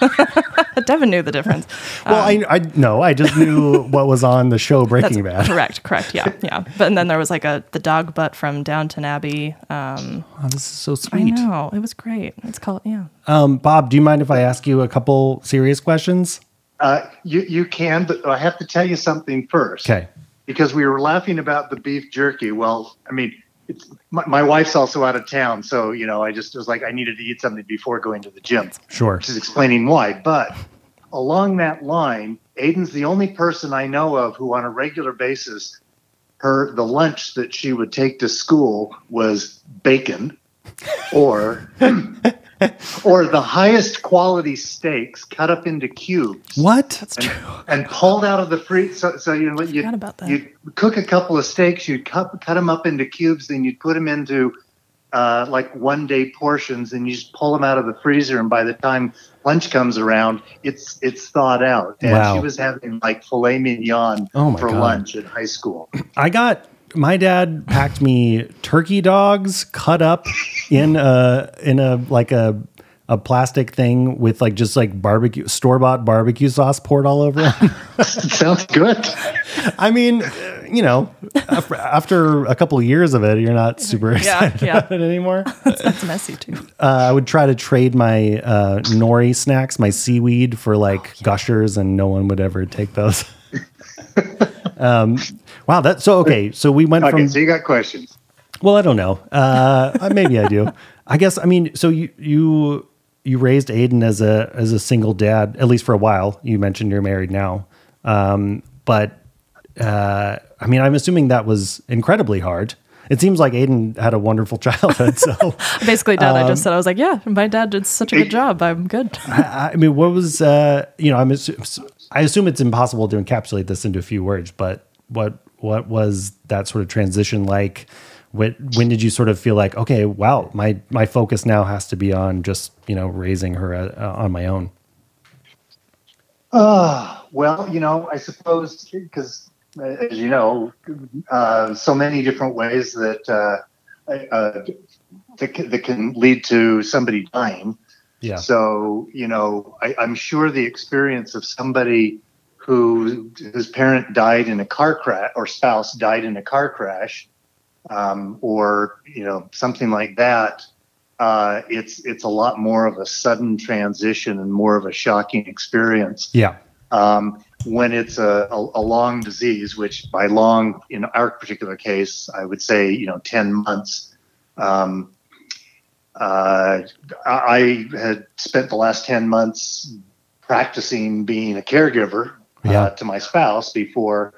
C: Devin knew the difference.
A: Well, I, I no, I just knew what was on the show Breaking Bad.
C: Correct. Correct. Yeah. Yeah. But and then there was like a the dog butt from Downton Abbey. Um,
A: Oh, this is so
C: I
A: sweet.
C: know it was great. It's called yeah.
A: Um, Bob, do you mind if I ask you a couple serious questions?
D: Uh, you you can, but I have to tell you something first.
A: Okay.
D: because we were laughing about the beef jerky. Well, I mean, it's, my, my wife's also out of town, so you know, I just was like, I needed to eat something before going to the gym.
A: Sure.
D: She's explaining why, but along that line, Aiden's the only person I know of who, on a regular basis, her the lunch that she would take to school was bacon, or or the highest quality steaks cut up into cubes
A: What?
C: It's true.
D: and pulled out of the free. So, so you know, you
C: forgot about that.
D: you cook a couple of steaks, you'd cut cut them up into cubes, then you'd put them into uh, like one day portions, and you just pull them out of the freezer. And by the time lunch comes around, it's it's thawed out. And
A: Wow.
D: she was having like filet mignon
A: Oh my
D: for
A: God.
D: lunch in high school.
A: I got my dad packed me turkey dogs cut up in a in a like a a plastic thing with like just like barbecue store bought barbecue sauce poured all over them.
D: Sounds good.
A: I mean, uh, you know, af- after a couple of years of it, you're not super excited
C: yeah.
A: about it anymore.
C: That's messy too.
A: Uh, I would try to trade my uh, nori snacks, my seaweed, for like
C: Oh,
A: gushers, and no one would ever take those. um, wow, that so okay. So we went
D: Okay,
A: from
D: so you got questions.
A: well, I don't know. Uh, uh, maybe I do. I guess I mean. So you you you raised Aiden as a as a single dad, at least for a while. You mentioned you're married now, um, but uh, I mean, I'm assuming that was incredibly hard. It seems like Aiden had a wonderful childhood. So,
C: Basically, Dad, I
A: Um,
C: just said I was like, yeah, my dad did such a good job. I'm good.
A: I, I mean, what was uh, you know? I'm assu- I assume it's impossible to encapsulate this into a few words, but what what was that sort of transition like? When, when did you sort of feel like, okay, wow, my my focus now has to be on just you know raising her uh, on my own?
D: Ah, Well, you know, I suppose because, as you know, uh, so many different ways that uh, uh, that, can- that can lead to somebody dying.
A: Yeah,
D: So you know, I, I'm sure the experience of somebody who whose parent died in a car crash or spouse died in a car crash, um, or you know something like that, uh, it's it's a lot more of a sudden transition and more of a shocking experience
A: yeah,
D: um, when it's a, a, a long disease, which by long in our particular case, I would say you know ten months. Um, uh, I I had spent the last ten months practicing being a caregiver
A: Yeah.
D: uh, to my spouse before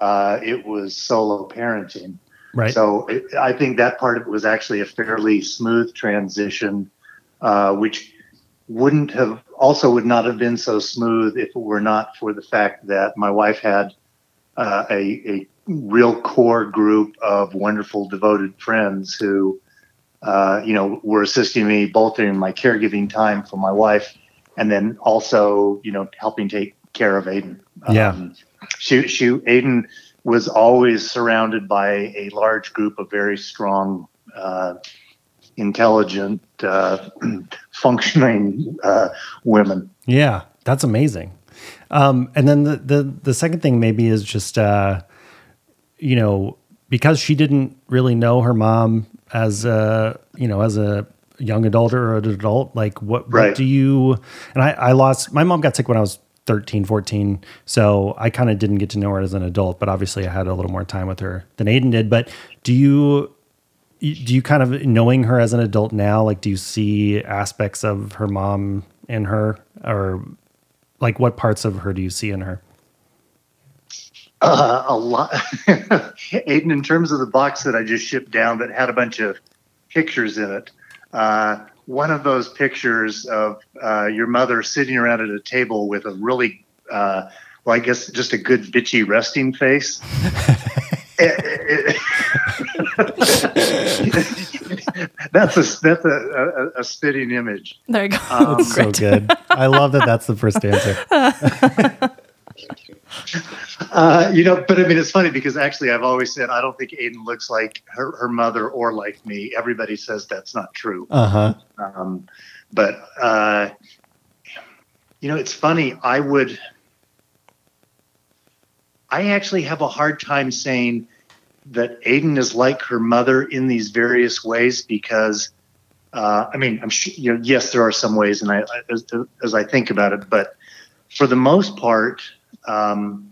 D: uh, it was solo parenting.
A: right.
D: So it, I think that part of it was actually a fairly smooth transition, uh, which wouldn't have also would not have been so smooth if it were not for the fact that my wife had uh, a, a real core group of wonderful devoted friends who uh, you know were assisting me both in my caregiving time for my wife and then also you know helping take care of Aiden.
A: Yeah.
D: um, she she Aiden was always surrounded by a large group of very strong, uh, intelligent, uh, functioning uh, women.
A: Yeah, that's amazing. Um, and then the, the the second thing maybe is just uh, you know because she didn't really know her mom as a you know as a young adult or an adult like what,
D: Right.
A: what do you and I, I lost my mom got sick when i was 13 14 so i kind of didn't get to know her as an adult but obviously i had a little more time with her than aiden did but do you do you kind of knowing her as an adult now like do you see aspects of her mom in her or like what parts of her do you see in her
D: Uh, a lot, Aiden. In terms of the box that I just shipped down that had a bunch of pictures in it, uh, one of those pictures of uh, your mother sitting around at a table with a really, uh, well, I guess just a good bitchy resting face. that's a that's a, a, a spitting image.
C: There you go.
A: so
C: Great.
A: good i love that that's the first answer
D: Uh, you know, but I mean, it's funny because actually, I've always said I don't think Aiden looks like her, her mother or like me. Everybody says that's not true.
A: uh-huh
D: Um, but uh, you know, it's funny. I would. I actually have a hard time saying that Aiden is like her mother in these various ways because, uh, I mean, I'm sure, you know, yes, there are some ways, and I, I as, as I think about it, but for the most part, um,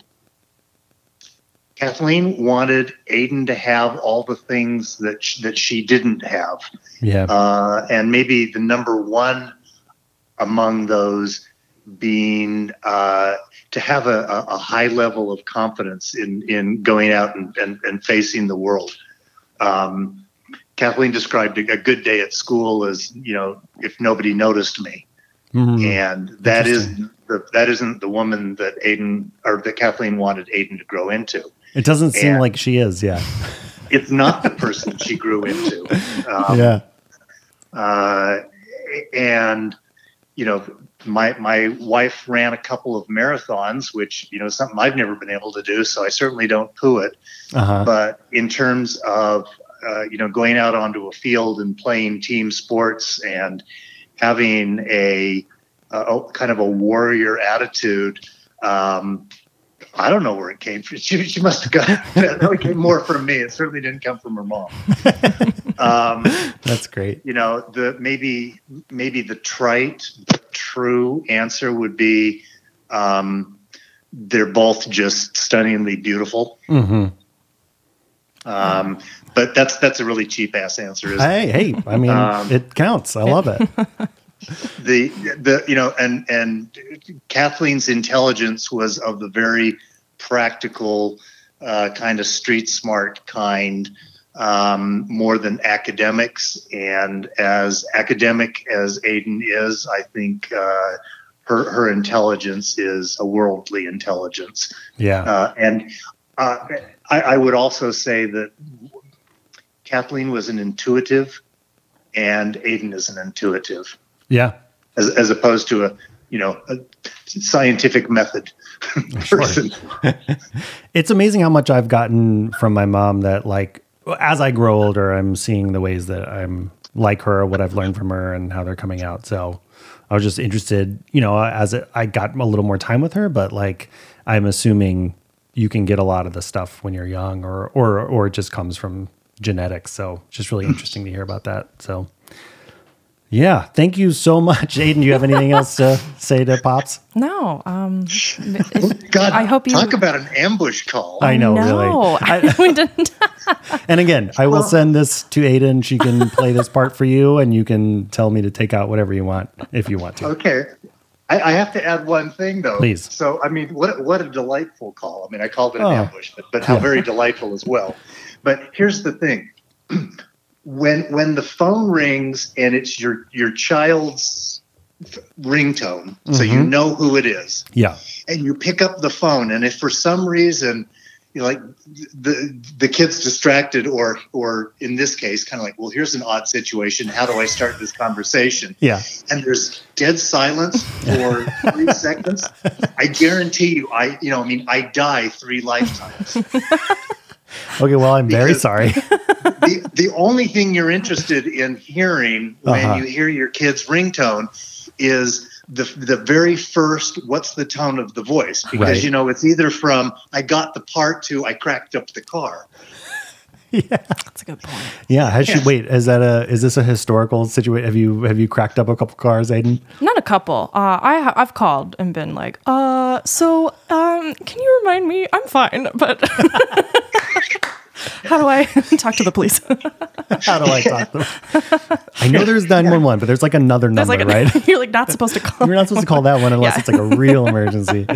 D: Kathleen wanted Aiden to have all the things that sh- that she didn't have.
A: yeah
D: Uh, and maybe the number one among those being uh, to have a, a a high level of confidence in, in going out and, and, and facing the world. Um, Kathleen described a a good day at school as, you know, if nobody noticed me.
A: Mhm.
D: And that is the, that isn't the woman that Aiden or that Kathleen wanted Aiden to grow into
A: It doesn't seem
D: Yeah.
A: like she is. Yeah.
D: it's not the person she grew into. Um,
A: Yeah.
D: Uh, and you know, my my wife ran a couple of marathons, which you know is something I've never been able to do, so I certainly don't poo it.
A: Uh-huh.
D: But in terms of uh, you know going out onto a field and playing team sports and having a, a kind of a warrior attitude, um, I don't know where it came from. She, she must have got it came more from me. It certainly didn't come from her mom. um,
A: That's great.
D: you know the maybe maybe the trite but true answer would be um, they're both just stunningly beautiful
A: hmm
D: um, but that's that's a really cheap ass answer is
A: Hey, hey. I mean,
D: Um,
A: it counts. I love it.
D: the the you know and and kathleen's intelligence was of the very practical uh, kind of street smart kind um, more than academics and as academic as aiden is i think uh, her, her intelligence is a worldly intelligence
A: Yeah.
D: uh, and uh, I, I would also say that kathleen was an intuitive and aiden is an intuitive
A: Yeah.
D: as, as opposed to a you know a scientific method person.
A: It's amazing how much I've gotten from my mom that like as I grow older, I'm seeing the ways that I'm like her, what I've learned from her and how they're coming out. So I was just interested, you know, as it, I got a little more time with her, but like I'm assuming you can get a lot of the stuff when you're young or or or it just comes from genetics. So just really interesting to hear about that. So yeah, thank you so much, Aiden. Do you have anything else to say to Pops?
C: No. Um, if-
D: God,
C: I hope you
D: talk about an ambush call.
A: I know, really.
C: No, we didn't.
A: And again, I will send this to Aiden. She can play this part for you, and you can tell me to take out whatever you want if you want to.
D: okay, I, I have to add one thing though.
A: Please.
D: So I mean, what what a delightful call. I mean, I called it an
A: Oh.
D: ambush, but, but how very delightful as well. But here's the thing: when when the phone rings and it's your your child's f- ringtone, so
A: Mm-hmm.
D: you know who it is.
A: Yeah.
D: and you pick up the phone and if for some reason you know, like the the kid's distracted or or in this case kind of like well here's an odd situation how do i start this conversation
A: Yeah.
D: and there's dead silence for three seconds i guarantee you i you know i mean i die three lifetimes
A: Okay. Well, I'm very
D: Because-
A: sorry.
D: the, the only thing you're interested in hearing when
A: Uh-huh.
D: you hear your kid's ringtone is the the very first what's the tone of the voice because
A: Right.
D: you know it's either from I got the part to I cracked up the car.
C: That's a good point.
A: Yeah. Has she? Wait. Is that a? Is this a historical situation? Have you? Have you cracked up a couple cars, Aiden?
C: Not a couple. Uh, I ha- I've called and been like, uh, so um, can you remind me? I'm fine, but how do I talk to the police?
A: How do I talk? To I know there's nine one one, but there's like another
C: There's
A: number,
C: like a-
A: right?
C: you're like not supposed to call.
A: You're not supposed to call that one unless
C: Yeah.
A: it's like a real emergency.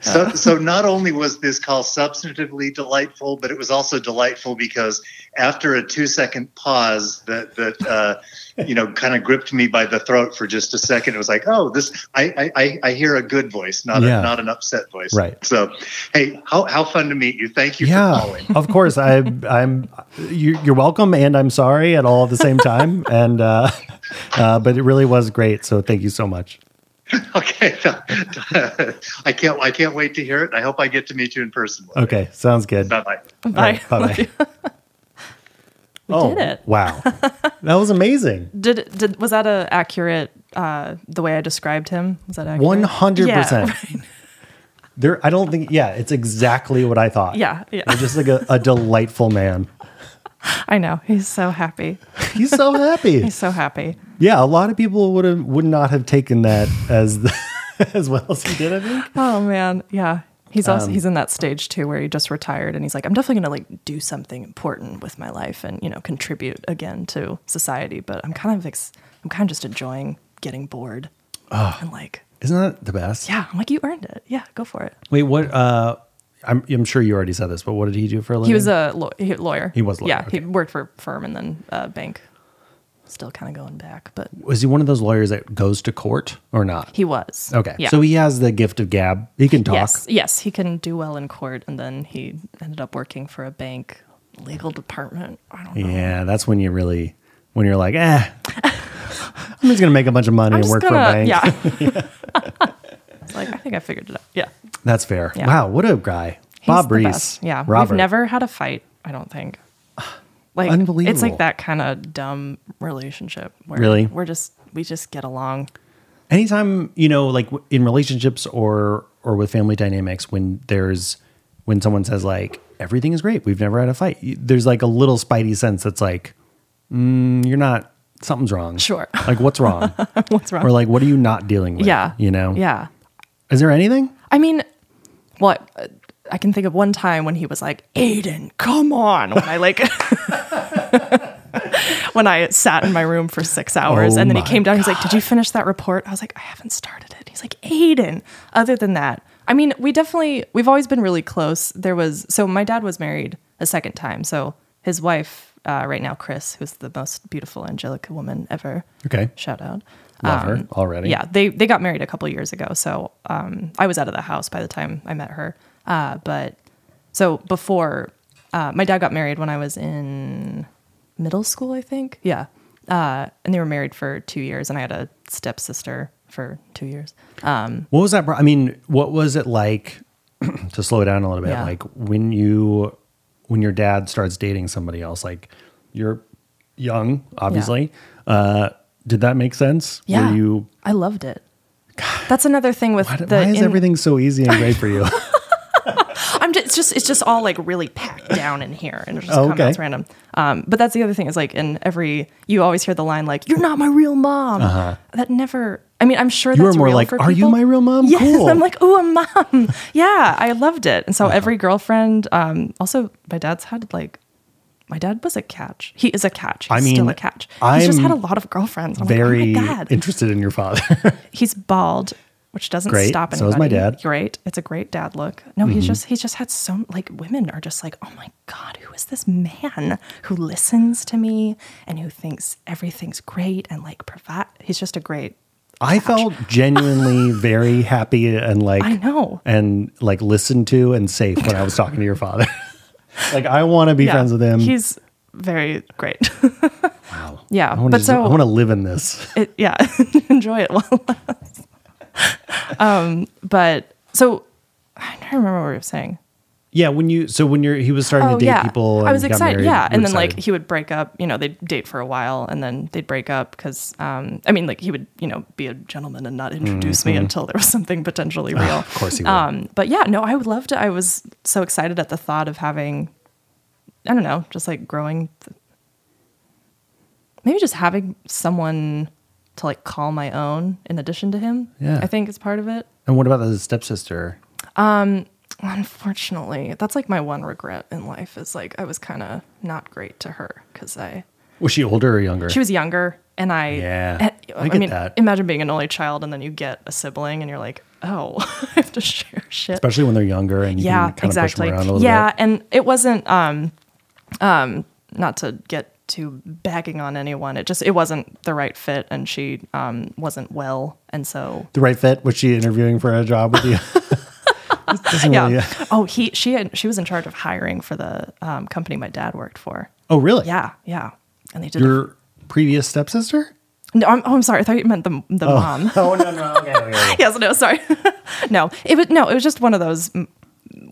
D: So so not only was this call substantively delightful, but it was also delightful because after a two second pause that that uh, you know kind of gripped me by the throat for just a second, it was like oh this I I, I- I hear a good voice, not
A: Yeah.
D: a, not an upset voice.
A: Right.
D: So hey, how how fun to meet you. Thank you for
A: yeah,
D: calling.
A: of course. I, I'm. You, you're welcome, and I'm sorry at all at the same time. And uh, uh, but it really was great. So thank you so much.
D: Okay. I can't I can't wait to hear it. I hope I get to meet you in person.
A: Okay, sounds good.
D: Bye bye.
C: Bye.
A: bye. We
C: did it.
A: Oh, Wow, that was amazing.
C: Did did was that a accurate uh, the way I described him? Was that accurate?
A: One hundred
C: Yeah,
A: percent.
C: right.
A: There, I don't think. Yeah, it's exactly what I thought.
C: Yeah, yeah.
A: You're just like a, a delightful man.
C: I know. He's so happy.
A: He's so happy.
C: He's so happy.
A: yeah, a lot of people would have would not have taken that as the, as well as he did. I think.
C: Oh man, yeah. He's
A: Um,
C: also he's in that stage too where he just retired and he's like, I'm definitely gonna like do something important with my life and you know contribute again to society. But I'm kind of ex- I'm kind of just enjoying getting bored
A: Ah.
C: and like,
A: Isn't that the best?
C: yeah, I'm like you earned it. Yeah, go for it.
A: Wait, what? Uh, I'm I'm sure you already said this, but what did he do for a living?
C: He was a law- he- lawyer.
A: He was a lawyer,
C: Yeah,
A: okay.
C: he worked for a firm and then uh, bank. Still kind of going back, but
A: was he one of those lawyers that goes to court or not?
C: he was
A: okay,
C: Yeah.
A: so he has the gift of gab. He can talk.
C: Yes, yes, he can do well in court, and then he ended up working for a bank legal department. I don't know.
A: Yeah, that's when you really when you're like, eh, I'm just gonna make a bunch of money
C: I'm
A: and
C: just
A: work for a
C: gonna-
A: bank.
C: Yeah. It's like I think I figured it out. Yeah.
A: That's fair.
C: Yeah.
A: Wow, what a guy.
C: He's
A: Bob
C: the
A: Reese.
C: best. Yeah.
A: Robert.
C: We've never had a fight, I don't think. Like It's
A: Unbelievable.
C: like that kind of dumb relationship where
A: Really?
C: we're just we just get along.
A: anytime you know like w- in relationships or or with family dynamics when there's when someone says like everything is great we've never had a fight y- there's like a little spidey sense that's like mm, you're not something's wrong
C: Sure.
A: like what's wrong
C: What's wrong?
A: or like what are you not dealing with
C: yeah.
A: you know
C: Yeah.
A: is there anything
C: I mean, well, I, I can think of one time when he was like, Aiden, come on. When I like, when I sat in my room for six hours
A: Oh
C: and then he
A: my
C: came down, he's like, Did you finish that report? I was like, I haven't started it. He's like, Aiden. Other than that, I mean, we definitely, we've always been really close. There was, so my dad was married a second time. So his wife, uh, right now, Chris, who's the most beautiful Angelica woman ever.
A: okay
C: Shout out. Um,
A: Love her already.
C: Yeah, they they got married a couple years ago, so um, I was out of the house by the time I met her. Uh, but so before uh, my dad got married when I was in middle school, I think. Yeah, uh, and they were married for two years, and I had a stepsister for two years.
A: what was that bro- i mean what was it like to slow down a little bit
C: Yeah.
A: like when you when your dad starts dating somebody else like you're young obviously uh did that make sense
C: Yeah,
A: were you
C: I loved it. That's another thing with
A: why,
C: the.
A: why is
C: in- Oh
A: everything so easy and great for you
C: I'm just it's just it's just all like really packed down in here and it's just
A: Oh,
C: comments
A: okay.
C: random. Um, but that's the other thing is like in every you always hear the line like you're not my real mom. That never. I mean, I'm sure
A: Uh-huh. You were
C: that's
A: more
C: real
A: like,
C: for
A: "Are you
C: people."
A: my real mom?
C: Yes,
A: Cool. Uh-huh.
C: I'm like, ooh, a mom. yeah, I loved it. And so every girlfriend. Um, also, my dad's had like. My dad was a catch. He is a catch. He's
A: I mean,
C: still a catch. He's just
A: I'm
C: had a lot of girlfriends. I'm
A: very
C: like, oh my God
A: interested in your father
C: he's bald, which doesn't
A: Great.
C: stop anybody.
A: So is my dad. Mm-hmm.
C: Great. It's a great dad look. No, he's just he's just had so like women are just like, oh my god, who is this man who listens to me and who thinks everything's great and like provide? He's just a great.
A: i felt genuinely very happy and like
C: I know.
A: and like listened to and safe when i was talking to your father like i want to be
C: yeah,
A: friends with him
C: He's very great.
A: wow
C: yeah,
A: I wanna
C: but
A: just-
C: so-
A: i want to live in this
C: it, yeah, enjoy it while it lasts. um, but so I don't remember what we were saying.
A: Yeah, when you so when you're he was starting to date people. And
C: Oh, I was
A: got
C: excited.
A: married,
C: yeah,
A: you
C: and
A: were
C: then like
A: excited.
C: he would break up. You know, they'd date for a while, and then they'd break up because um, I mean, like he would you know be a gentleman and not introduce me until there was something potentially real.
A: Mm-hmm. Ah, of course he would.
C: Um, but yeah, no, I would love to. I was so excited at the thought of having, I don't know, just like growing, th- maybe just having someone to like call my own in addition to him.
A: Yeah.
C: I think is part of it.
A: and what about the stepsister?
C: Unfortunately, that's like my one regret in life is like I was kind of not great to her because I
A: Was she older or younger?
C: she was younger and I
A: Yeah,
C: eh,
A: I
C: I,
A: get
C: mean
A: that.
C: imagine being an only child and then you get a sibling and you're like oh I have to share shit
A: especially when they're younger and you
C: yeah
A: can kind
C: exactly
A: of push them around a little
C: yeah
A: bit.
C: and it wasn't um um not to get too bagging on anyone it just it wasn't the right fit and she um wasn't well and so
A: The right fit? Was she interviewing for a job with you? Doesn't
C: yeah
A: really-
C: oh he she had, she was in charge of hiring for the um, company my dad worked for
A: Oh really?
C: yeah yeah and they did a-
A: Your previous stepsister?
C: no I'm, oh I'm sorry I thought you meant the the mom
A: Oh no no okay, okay, okay.
C: yes, no, sorry. no, it was no, it was just one of those mm,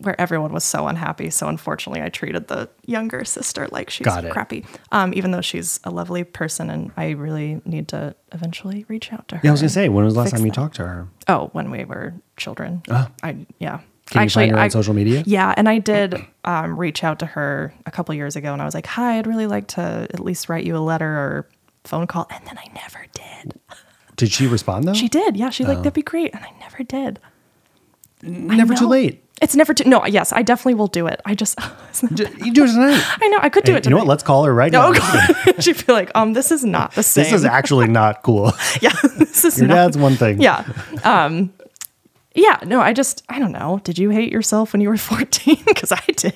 C: where everyone was so unhappy. So unfortunately, I treated the younger sister like she's
A: Got it.
C: crappy. Um, even though she's a lovely person, and I really need to eventually reach out to her.
A: Yeah, I was gonna say when was the last
C: Fix
A: time you
C: that.
A: talked to her?
C: Oh, when we were children. I yeah.
A: Uh-huh. Can you find her on social media?
C: Yeah, and I did um, reach out to her a couple years ago, and I was like, "Hi, I'd really like to at least write you a letter or phone call," and then I never did.
A: Did she respond though?
C: She did. Yeah, she's like, that'd be great. And I never did.
A: Oh. Never too
C: know.
A: late.
C: It's never too. No, yes, I definitely will do it. I just, isn't that-
A: J- You do it tonight.
C: I know I could do
A: Hey,
C: it.
A: you know what?
C: tonight.
A: Let's call her right now.
C: no, God. she'd be like, um, this is not the same.
A: This is actually not cool.
C: yeah, this is
A: Your
C: not.
A: dad's one thing.
C: yeah, um, yeah. No, I just, I don't know. Did you hate yourself when you were fourteen? Because I did.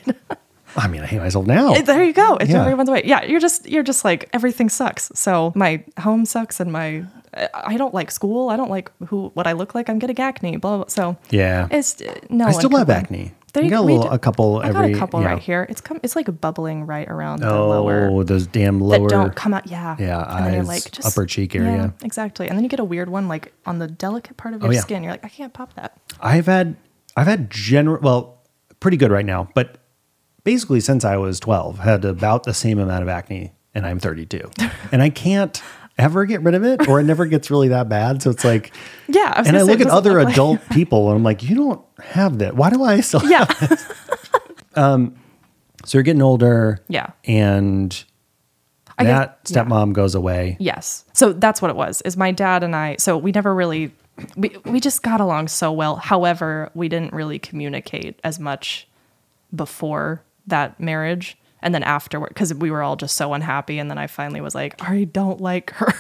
A: I mean, I hate myself now.
C: there you go. It's
A: Oh. Yeah.
C: everyone's way. Yeah, you're just, you're just like everything sucks. So my home sucks, and my, I- I don't like school. I don't like who, what I look like. I'm getting acne. Blah. blah, blah. So
A: Yeah.
C: it's uh, no.
A: I
C: one
A: still
C: could
A: have
C: win.
A: acne.
C: There
A: You got a
C: we
A: little,
C: d-
A: a couple
C: I
A: every.
C: got a couple
A: yeah.
C: right here. It's come. It's like bubbling right around the
A: Oh,
C: lower
A: those damn lower.
C: that don't come out. Yeah.
A: Yeah,
C: And then you're
A: eyes,
C: like, just-
A: upper cheek
C: yeah,
A: area. Oh,
C: exactly. And then you get a weird one like on the delicate part of your
A: yeah.
C: skin. You're like, I can't pop that.
A: I've had I've had general well pretty good right now, but basically since I was 12 had about the same amount of acne and I'm 32. and I can't ever get rid of it or it never gets really that bad, so it's like
C: Yeah. I was
A: and I
C: gonna say,
A: look
C: it
A: at
C: doesn't
A: other
C: look like-
A: adult people and I'm like, you don't have that. Why do I still have
C: yeah.
A: So you're getting older.
C: Yeah.
A: And
C: I guess-
A: that stepmom goes away.
C: Yes. So that's what it was. Is my dad and I. So we never really, we we just got along so well. However, we didn't really communicate as much before that marriage, and then afterward, because we were all just so unhappy. And then I finally was like, I don't like her.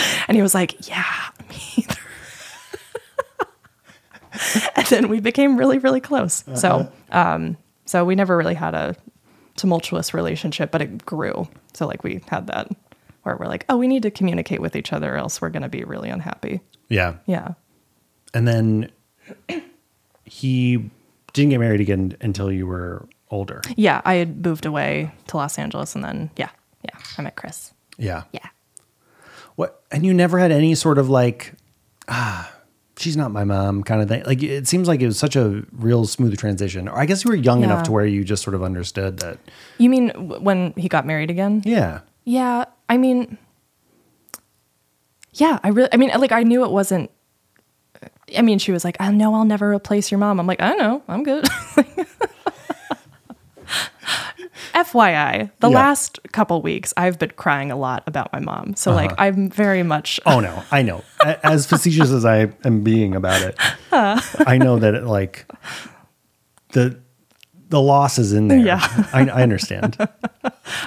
C: and he was like, Yeah, me either. and then we became really, really close. So, um, so we never really had a tumultuous relationship, but it grew. So like we had that where we're like, oh, we need to communicate with each other, or else we're gonna be really unhappy.
A: Yeah.
C: Yeah.
A: And then he didn't get married again until you were older.
C: Yeah. I had moved away to Los Angeles and then yeah, yeah. I met Chris.
A: Yeah.
C: Yeah.
A: What? And you never had any sort of like, ah, she's not my mom kind of thing. Like it seems like it was such a real smooth transition. Or I guess you were young
C: Yeah.
A: enough to where you just sort of understood that.
C: You mean w- when he got married again?
A: Yeah.
C: Yeah, I mean, yeah, I really, I mean, like, I knew it wasn't. I mean, she was like, "I know I'll never replace your mom." I'm like, "I know, I'm good." FYI, the
A: Yeah.
C: last couple weeks I've been crying a lot about my mom, so like I'm very much
A: Uh-huh. Oh no, I know. A- as facetious as I am being about it, I know that it, like the the loss is in there.
C: Yeah.
A: I, I understand.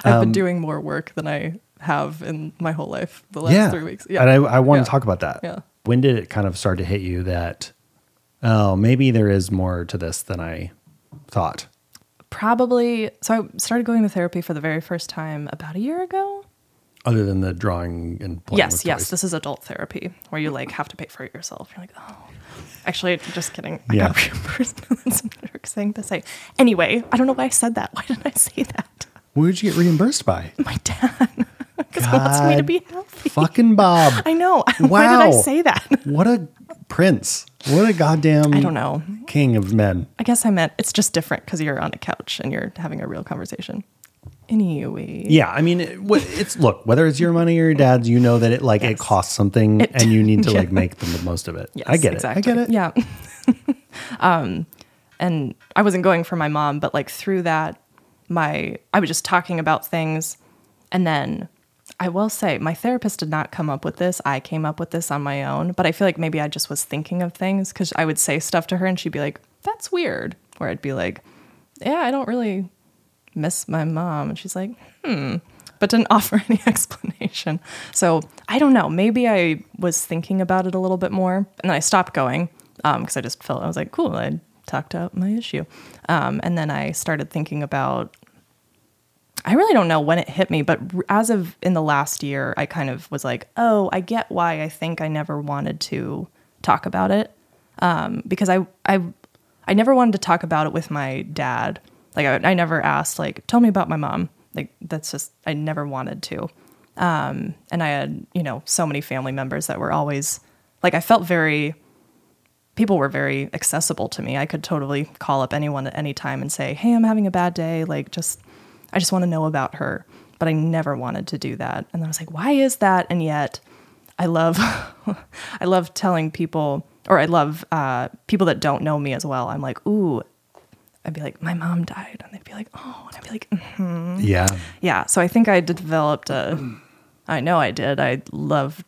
C: I've
A: um,
C: been doing more work than I have in my whole life the last
A: yeah.
C: three weeks.
A: And I, I want
C: Yeah.
A: to talk about that.
C: Yeah.
A: When did it kind of start to hit you that, oh, maybe there is more to this than I thought?
C: probably so. I started going to therapy for the very first time about a year ago.
A: Other than the drawing and playing
C: yes
A: with
C: yes
A: toys.
C: this is adult therapy where you like have to pay for it yourself you're like oh actually just kidding i
A: Yeah.
C: got reimbursed that's a thing to say anyway i don't know why i said that why did i say that
A: What did you get reimbursed by?
C: my dad because he wants me to
A: God.
C: be healthy
A: Fucking Bob.
C: i know why did i
A: Wow.
C: say that
A: What a prince. What a goddamn
C: i don't know
A: king of men.
C: i guess i meant it's just different because you're on a couch and you're having a real conversation anyway
A: Yeah, I mean, it, what- it's look whether it's your money or your dad's, you know that it like it costs something,
C: It-
A: and you need to
C: yeah.
A: like make the most of it.
C: Yes,
A: I get
C: exactly.
A: it. I get it.
C: Yeah. um, and I wasn't going for my mom, but like through that, my I was just talking about things, and then I will say my therapist did not come up with this. I came up with this on my own, but I feel like maybe I just was thinking of things because I would say stuff to her and she'd be like, "That's weird," where I'd be like, "Yeah, I don't really miss my mom," and she's like, but didn't offer any explanation. So I don't know. Maybe I was thinking about it a little bit more, and then I stopped going because I just felt I was like, cool, I talked out my issue, um, and then I started thinking about. I really don't know when it hit me, but r- as of in the last year, I kind of was like, oh, I get why I think I never wanted to talk about it because I I I never wanted to talk about it with my dad. Like I, I never asked like tell me about my mom. Like that's just I never wanted to. Um, and I had you know so many family members that were always like I felt very people were very accessible to me. I could totally call up anyone at any time and say, "Hey, I'm having a bad day. Like, just I just want to know about her." But I never wanted to do that, and I was like, "Why is that?" And yet, I love, I love telling people, or I love uh, people that don't know me as well. I'm like, "Ooh," I'd be like, "My mom died," and they'd be like, "Oh," and I'd be like,
A: Yeah.
C: yeah so i think i developed a i know i did i love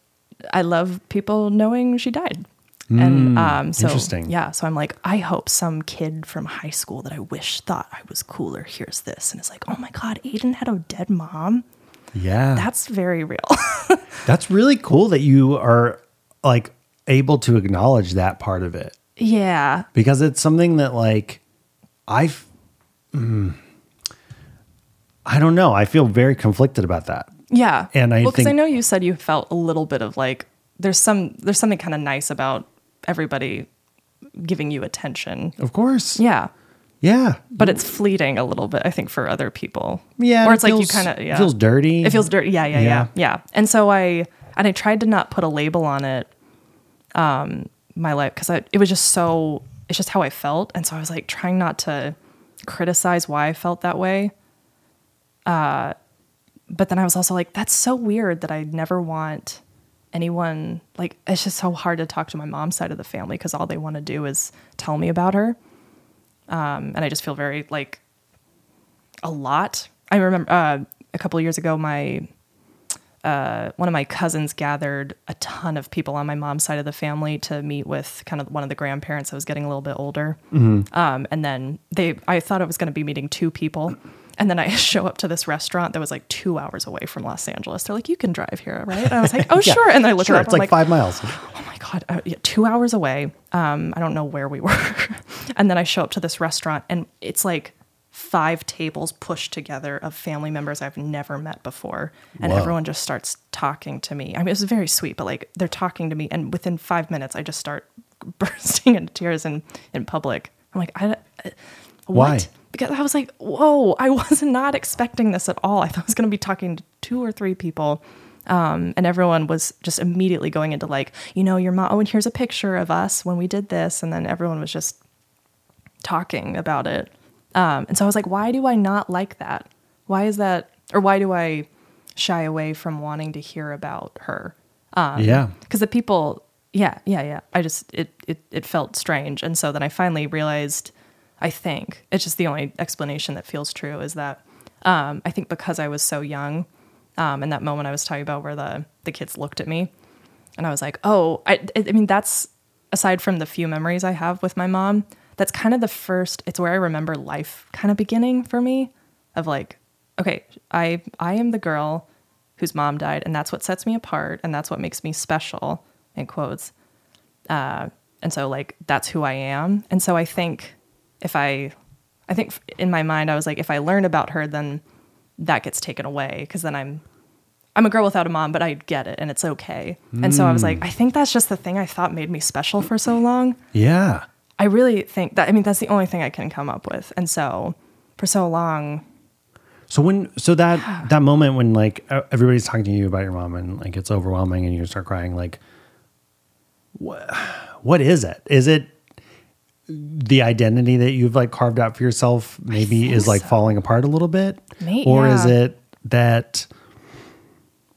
C: i love people knowing she died and um so
A: Hmm, interesting.
C: yeah so i'm like i hope some kid from high school that i wish thought i was cooler hears this and is like oh my god aiden had a dead mom
A: Yeah.
C: that's very real
A: That's really cool that you are like able to acknowledge that part of it
C: yeah
A: because it's something that like I f- mm. I don't know. I feel very conflicted about that.
C: Yeah.
A: And I
C: well, because I
A: think-
C: know you said you felt a little bit of like there's some there's something kind of nice about everybody giving you attention.
A: Of course.
C: Yeah.
E: Yeah.
C: but it's fleeting a little bit. I think for other people,
E: Yeah.
C: or
E: it
C: it's like you
E: feels-
C: kind of yeah,
E: it feels dirty.
C: It feels dirty. Yeah, yeah, yeah,
A: Yeah.
C: yeah, And so I and I tried to not put a label on it. Um, my life because it was just so it's just how I felt, and so I was like trying not to criticize why I felt that way. Uh, but then I was also like, that's so weird that I never want anyone like it's just so hard to talk to my mom's side of the family because all they want to do is tell me about her um, and I just feel very like a lot. I remember uh, a couple of years ago, my uh, one of my cousins gathered a ton of people on my mom's side of the family to meet with kind of one of the grandparents. I was getting a little bit older,
A: Mm-hmm.
C: um, and then they. I thought I was going to be meeting two people. And then I show up to this restaurant that was like two hours away from Los Angeles. They're like, "You can drive here, right?" And I was like, "Oh,
A: Yeah.
C: sure." And I looked
A: sure,
C: it up.
A: it's
C: I'm
A: like, five miles.
C: oh my god uh, yeah, two hours away um, i don't know where we were and then i show up to this restaurant and it's like five tables pushed together of family members i've never met before and
A: Wow.
C: everyone just starts talking to me i mean it was very sweet but like they're talking to me and within five minutes i just start bursting into tears in, in public i'm like i I-
A: Why?
C: what? because i was like whoa i was not expecting this at all i thought i was going to be talking to two or three people um, and everyone was just immediately going into like you know your mom oh and here's a picture of us when we did this and then everyone was just talking about it um, and so i was like why do i not like that why is that or why do i shy away from wanting to hear about her "Um,
A: yeah.
C: because the people yeah yeah yeah i just it, it it felt strange and so then i finally realized i think it's just the only explanation that feels true is that um, i think because i was so young um, and that moment i was talking about where the the kids looked at me and i was like oh i i I mean that's aside from the few memories i have with my mom that's kind of the first it's where i remember life kind of beginning for me of like okay i i am the girl whose mom died, and that's what sets me apart, and that's what makes me special. In quotes, Uh, and so like that's who I am. And so I think if I, I think f- in my mind I was like, if I learn about her, then that gets taken away because then I'm, I'm a girl without a mom, but I get it and it's okay. And so I was
A: Hmm.
C: like, I think that's just the thing I thought made me special for so long.
A: Yeah.
C: I really think that I mean that's the only thing I can come up with. And so for so long,
A: So when so that that moment when like e- everybody's talking to you about your mom and like it's overwhelming and you start crying like what what is it? Is it the identity that you've like carved out for yourself maybe
C: think
A: is like
C: so.
A: falling apart a little bit?
C: May-
A: or is
C: yeah.
A: it that hmm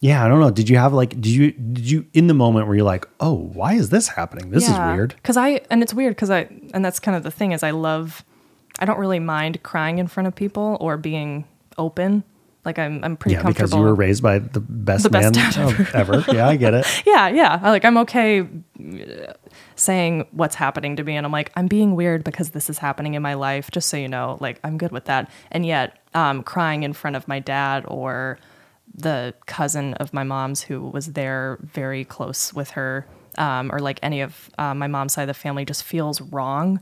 A: yeah, I don't know. Did you have like did you did you in the moment where you're like, "Oh, why is this happening? This is weird."
C: Because I and it's weird because I and that's kind of the thing is I love I don't really mind crying in front of people or being open. Like I'm I'm pretty
A: Yeah, because
C: comfortable.
A: you were raised by the best
C: The
A: man
C: best dad
A: of- ever. Yeah, I get it.
C: yeah, yeah. I, like I'm okay uh, saying what's happening to me, and I'm like I'm being weird because this is happening in my life. Just so you know, like I'm good with that. And yet, um, crying in front of my dad or the cousin of my mom's who was there very close with her, um, or like any of uh, my mom's side of the family, just feels wrong,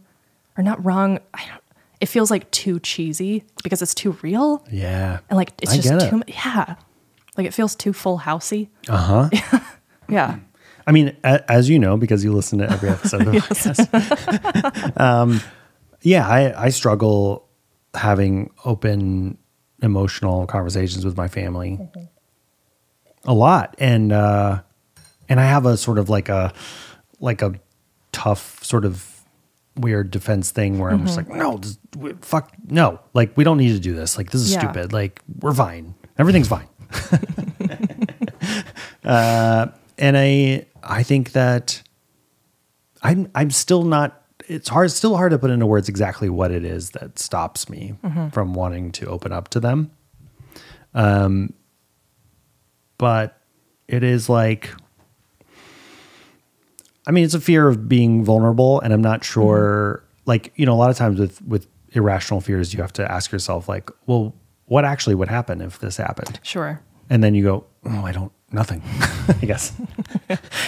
C: or not wrong. I don't. It feels like too cheesy because it's too real.
A: Yeah.
C: And like it's
A: I
C: just
A: get it.
C: too mu- yeah. Like it feels too full housey. Uh-huh. yeah.
A: I mean, a, as you know, because you listen to every episode of the podcast. um, yeah, I, I struggle having open emotional conversations with my family a lot. And, uh, and I have a sort of like a, like a tough sort of weird defense thing where I'm just like, no, this, we- fuck, no, like we don't need to do this. Like, this is
C: Yeah.
A: stupid. Like we're fine. Everything's fine. Uh, and I I think that I'm I'm still not. It's hard, it's still hard to put into words exactly what it is that stops me from wanting to open up to them. Um, but it is like, I mean, it's a fear of being vulnerable, and I'm not sure.
C: Mm-hmm.
A: Like you know, a lot of times with with irrational fears, you have to ask yourself, like, well, what actually would happen if this happened?
C: Sure.
A: and then you go, oh, I don't, nothing. I guess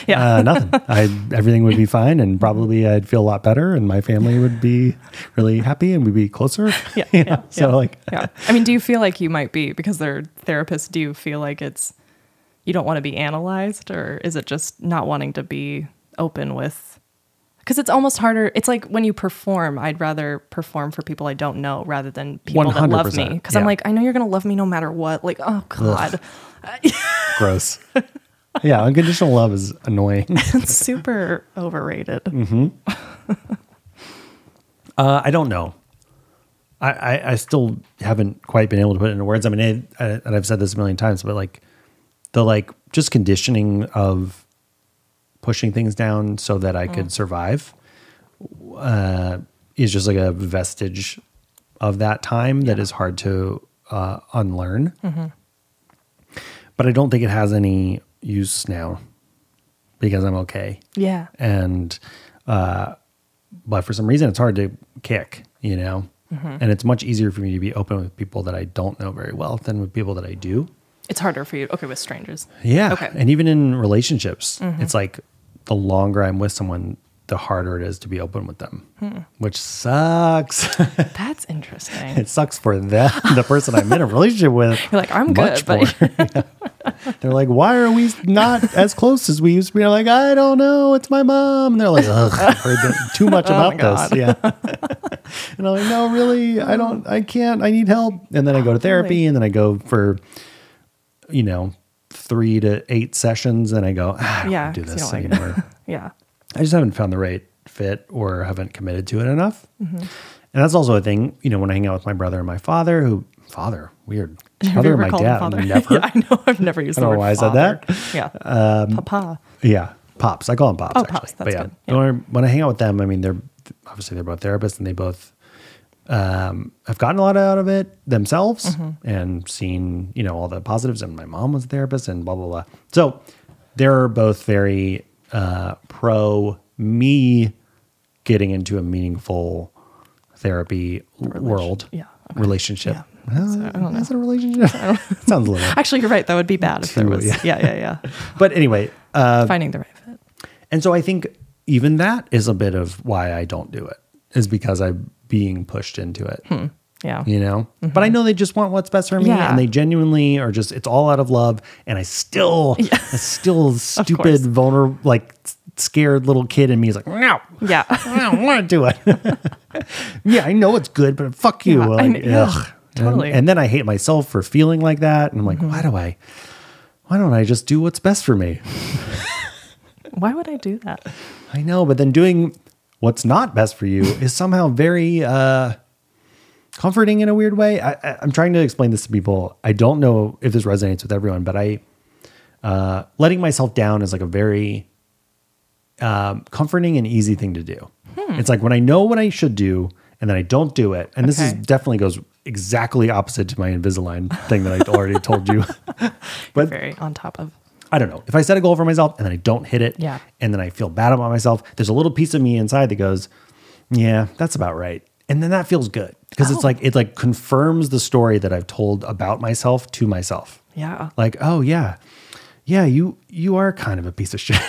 C: Yeah.
A: uh, nothing. I everything would be fine, and probably I'd feel a lot better, and my family would be really happy, and we'd be closer.
C: Yeah,
A: You
C: yeah,
A: know? So
C: yeah.
A: like,
C: yeah. I mean, do you feel like you might be because they're therapists? Do you feel like it's you don't want to be analyzed, or is it just not wanting to be open with? Because it's almost harder. It's like when you perform, I'd rather perform for people I don't know rather than people that love me.
A: 100%,
C: Because
A: yeah.
C: I'm like, I know you're going to love me no matter what. Like, oh, God.
A: Gross. yeah, unconditional love is annoying.
C: It's super overrated.
A: Mm. Uh, I don't know. I, I, I still haven't quite been able to put it into words. I mean, it, I, and I've said this a million times, but like the like just conditioning of pushing things down so that I could survive uh, is just like a vestige of that time that is hard to uh, unlearn. But I don't think it has any use now because I'm okay
C: Yeah.
A: and uh, but for some reason it's hard to kick you know
C: Mm-hmm.
A: and it's much easier for me to be open with people that i don't know very well than with people that i do
C: It's harder for you. Okay, with strangers.
A: yeah
C: Okay. Mm-hmm.
A: and even in relationships it's like the longer i'm with someone the harder it is to be open with them
C: Hmm.
A: which sucks
C: That's interesting.
A: it sucks for them the person i'm in a relationship with
C: You're like, I'm
A: much
C: good, but
A: more. Yeah. They're like, why are we not as close as we used to be? I'm like, I don't know. It's my mom. And they're like, ugh, I've heard that- too much
C: Oh
A: about this. Yeah. and I'm like, no, really, I don't, I can't, I need help. And then I go to therapy
C: Holy.
A: and then I go for, you know, three to eight sessions. And I go, ah, I don't
C: Yeah,
A: wanna do
C: 'cause you
A: this
C: don't like-
A: anymore.
C: yeah.
A: I just haven't found the right fit or haven't committed to it enough.
C: Mm-hmm.
A: And that's also a thing, you know, when I hang out with my brother and my father, who, father, weird.
C: Have
A: Brother
C: you
A: and
C: ever
A: my
C: called him
A: dad, never.
C: father? yeah, I know. I've never used
A: I
C: the
A: don't
C: word
A: know why I said
C: father.
A: that. Um,
C: Yeah. Papa.
A: Yeah, pops. I call them pops.
C: Oh,
A: actually.
C: pops,
A: But
C: that's
A: yeah, When,
C: good.
A: I, when I hang out with them, I mean, they're obviously they're both therapists, and they both um, have gotten a lot out of it themselves
C: Mm-hmm.
A: and seen you know all the positives. And my mom was a therapist, and blah blah blah. So they're both very uh, pro me getting into a meaningful therapy world.
C: yeah,
A: Relationship.
C: Yeah.
A: Well, Is it a relationship? Sounds a little.
C: Actually, you're right. That would be bad if there
A: Two,
C: was.
A: yeah. Um,
C: Yeah, yeah, yeah.
A: But anyway,
C: Finding the right fit.
A: And so I think even that is a bit of why I don't do it, is because I'm being pushed into it,
C: Yeah.
A: you know? But I know they just want what's best for me
C: Hmm. Mm-hmm. Yeah.
A: and they genuinely are just, it's all out of love. And I still, I still stupid,
C: course.
A: vulnerable, like s- scared little kid in me is like, no,
C: Yeah.
A: I don't want to do it. yeah, I know it's good, but fuck you.
C: Yeah, I
A: Like,
C: know- yeah,
A: ugh. And-
C: totally. Mm-hmm.
A: And, then I hate myself for feeling like that. And I'm like, why do I, why don't I just do what's best for me?
C: Why would I do that?
A: I know, but then doing what's not best for you is somehow very uh, comforting in a weird way. I, I, I'm trying to explain this to people. I don't know if this resonates with everyone, but I uh, letting myself down is like a very um, comforting and easy thing to do. It's like when I know what I should do and then I don't do it, and this is
C: Okay.
A: definitely goes exactly opposite to my Invisalign thing that I already told you. but
C: Very on top of.
A: I don't know. If I set a goal for myself and then I don't hit it,
C: Yeah.
A: and then I feel bad about myself, there's a little piece of me inside that goes, "Yeah, that's about right." And then that feels good because it's like it like confirms the story that I've told about myself to myself.
C: Yeah.
A: Like, "Oh yeah. Yeah, you you are kind of a piece of shit."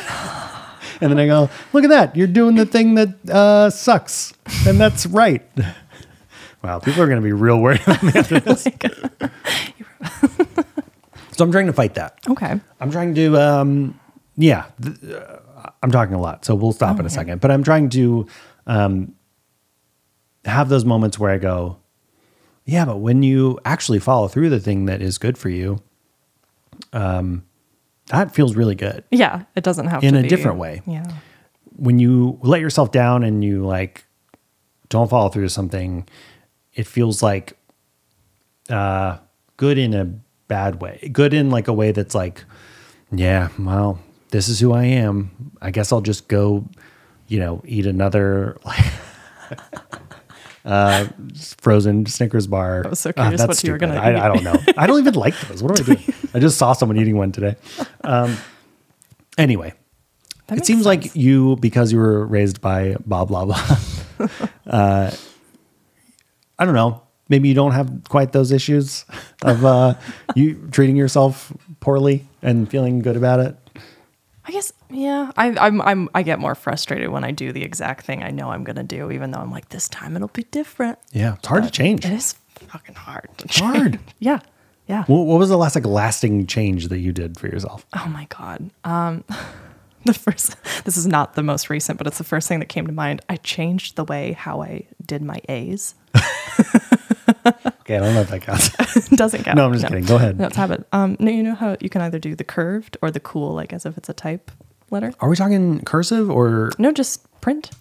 A: and then I go, "Look at that. You're doing the thing that uh sucks." And that's right. wow, people are going to be real worried about me after this. so I'm trying to fight that.
C: Okay.
A: I'm trying to, um, yeah, th- uh, I'm talking a lot, so we'll stop in a second. But I'm trying to um, have those moments where I go, yeah, but when you actually follow through the thing that is good for you, um, that feels really good.
C: Yeah. It doesn't have
A: In
C: to
A: a
C: be-
A: different way.
C: Yeah.
A: When you let yourself down and you like don't follow through to something, it feels like uh, good in a bad way. Good in like a way that's like, yeah, well, this is who I am. I guess I'll just go, you know, eat another like uh, frozen Snickers bar. I
C: was so curious what you were gonna
A: I,
C: eat.
A: I don't know. I don't even like those. What do I do? I just saw someone eating one today. Um, anyway, it
C: That makes
A: seems
C: sense.
A: like you, because you were raised by blah blah blah. uh, I don't know. Maybe you don't have quite those issues of uh, you treating yourself poorly and feeling good about it.
C: I guess. Yeah. I, I'm. I'm. I get more frustrated when I do the exact thing I know I'm gonna do, even though I'm like, this time it'll be different.
A: Yeah, it's hard to change.
C: It is fucking hard. to
A: It's hard.
C: Yeah. Yeah.
A: Wha- what was the last like lasting change that you did for yourself?
C: Oh my god. Oh Um the first this is not the most recent but it's the first thing that came to mind i changed the way how i did my a's
A: Okay, I don't know if that counts.
C: doesn't count
A: No, I'm just kidding. Go ahead.
C: no, it's habit um no you know how you can either do the curved or the cool like as if it's a type letter
A: Are we talking cursive or
C: no just print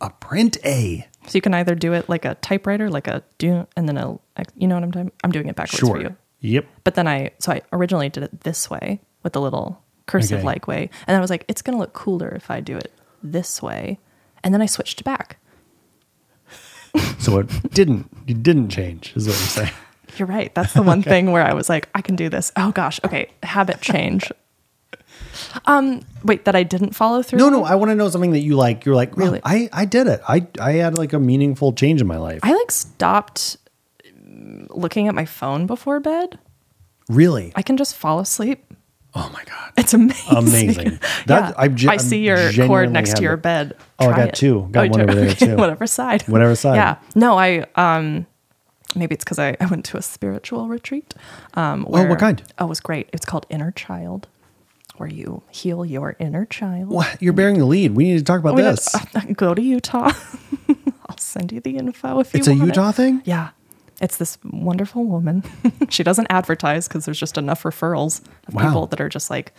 A: a print A?
C: so you can either do it like a typewriter like a do and then a you know what i'm doing i'm doing it backwards for you
A: Yep.
C: But then I, so I originally did it this way with the little cursive
A: Okay.
C: like way. And I was like, it's going to look cooler if I do it this way. And then I switched back.
A: So it didn't. It didn't change, is what you're saying.
C: You're right. That's the one thing where I was like, I can do this. Oh gosh. Okay. Habit change. um, wait, that I didn't follow through.
A: No,
C: on?
A: no. I want to know something that you like. You're like, really?
C: Really?
A: I, I did it. I, I had like a meaningful change in my life.
C: I like stopped mm, looking at my phone before bed.
A: really?
C: I can just fall asleep.
A: oh my god.
C: It's amazing.
A: Amazing.
C: yeah.
A: That I'm ge-
C: I see your
A: I'm
C: cord
A: genuinely
C: next to
A: happy.
C: your bed.
A: Oh, I
C: Try
A: got
C: it.
A: two. Got
C: you
A: one
C: do?
A: over there,
C: Okay,
A: too.
C: Whatever side.
A: Whatever side.
C: Yeah. No, I um maybe it's because I, I went to a spiritual retreat. Um where,
A: what kind?
C: Oh, it was great. It's called Inner Child, where you heal your inner child.
A: What? You're bearing the lead. We need to talk about
C: Mm. We uh,
A: this.
C: did- go to Utah. I'll send you the info if you
A: it's a
C: want it.
A: Utah thing.
C: Yeah. It's this wonderful woman. she doesn't advertise because there's just enough referrals of
A: Wow.
C: people that are just like,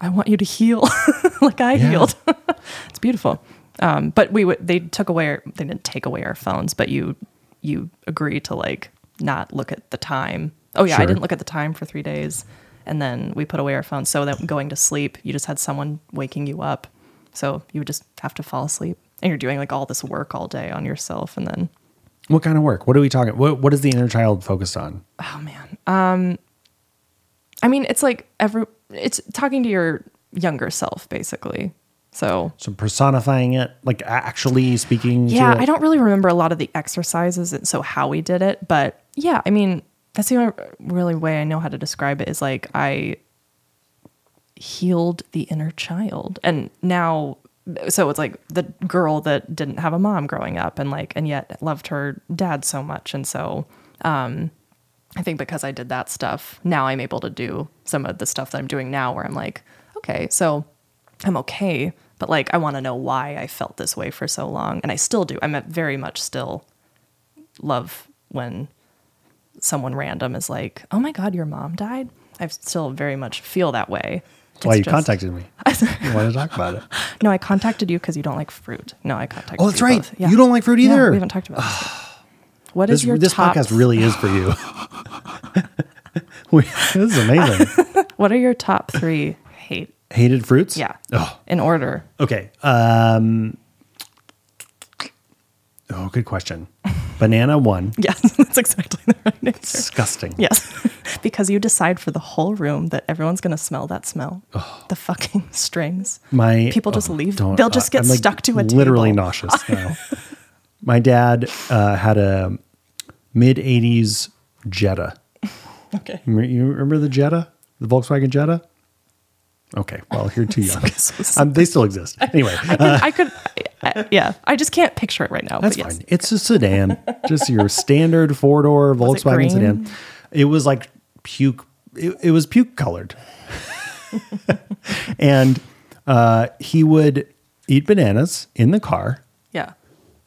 C: I want you to heal like I
A: Yeah.
C: healed. it's beautiful. Um, but we would they took away our, they didn't take away our phones, but you you agree to like not look at the time. Oh yeah, I
A: Sure.
C: didn't look at the time for three days, and then we put away our phones so that going to sleep, you just had someone waking you up, so you would just have to fall asleep, and you're doing like all this work all day on yourself, and then
A: What kind of work? What are we talking? What What is the inner child focused on?
C: oh man um i mean it's like every it's talking to your younger self basically so
A: So personifying it, like a- actually speaking. to
C: yeah
A: it?
C: i don't really remember a lot of the exercises and so how we did it but yeah i mean that's the only really way i know how to describe it is like i healed the inner child and now so it's like the girl that didn't have a mom growing up and like and yet loved her dad so much and so I think because I did that stuff, now I'm able to do some of the stuff that I'm doing now where I'm like, okay, so I'm okay, but like I want to know why I felt this way for so long. And I still do. I'm at very much still love when someone random is like, oh my God, your mom died. I still very much feel that way.
A: That's why
C: It's
A: you
C: just-
A: contacted me. you want to talk about it?
C: No, I contacted you because you don't like fruit. No, I contacted
A: Oh, that's
C: you
A: right.
C: both. Yeah.
A: You don't like fruit
C: Yeah,
A: either.
C: we haven't talked about this. yet. What is
A: This,
C: your
A: this
C: top
A: podcast really is for you. we, this is amazing.
C: What are your top three hate?
A: Hated fruits.
C: Yeah.
A: Oh,
C: In order.
A: okay. Um, oh, good question. Banana one.
C: Yes, that's exactly the right answer.
A: Disgusting.
C: Yes, because you decide for the whole room that everyone's going to smell that smell. The fucking strings.
A: My
C: people just
A: oh,
C: leave.
A: don't-
C: They'll just
A: I-
C: get
A: I'm, like,
C: stuck to a
A: Literally
C: table.
A: nauseous now. My dad uh, had a mid '80s Jetta.
C: Okay.
A: You re- You remember the Jetta, the Volkswagen Jetta? Okay, well, you're too young. um, they still exist. Anyway,
C: I could, I could I, I- yeah. I just can't picture it right now.
A: that's
C: but yes.
A: fine. It's a sedan, just your standard four door
C: Was it
A: Volkswagen sedan.
C: green?
A: It was like puke. It, it was puke colored, and uh, he would eat bananas in the car,
C: Yeah.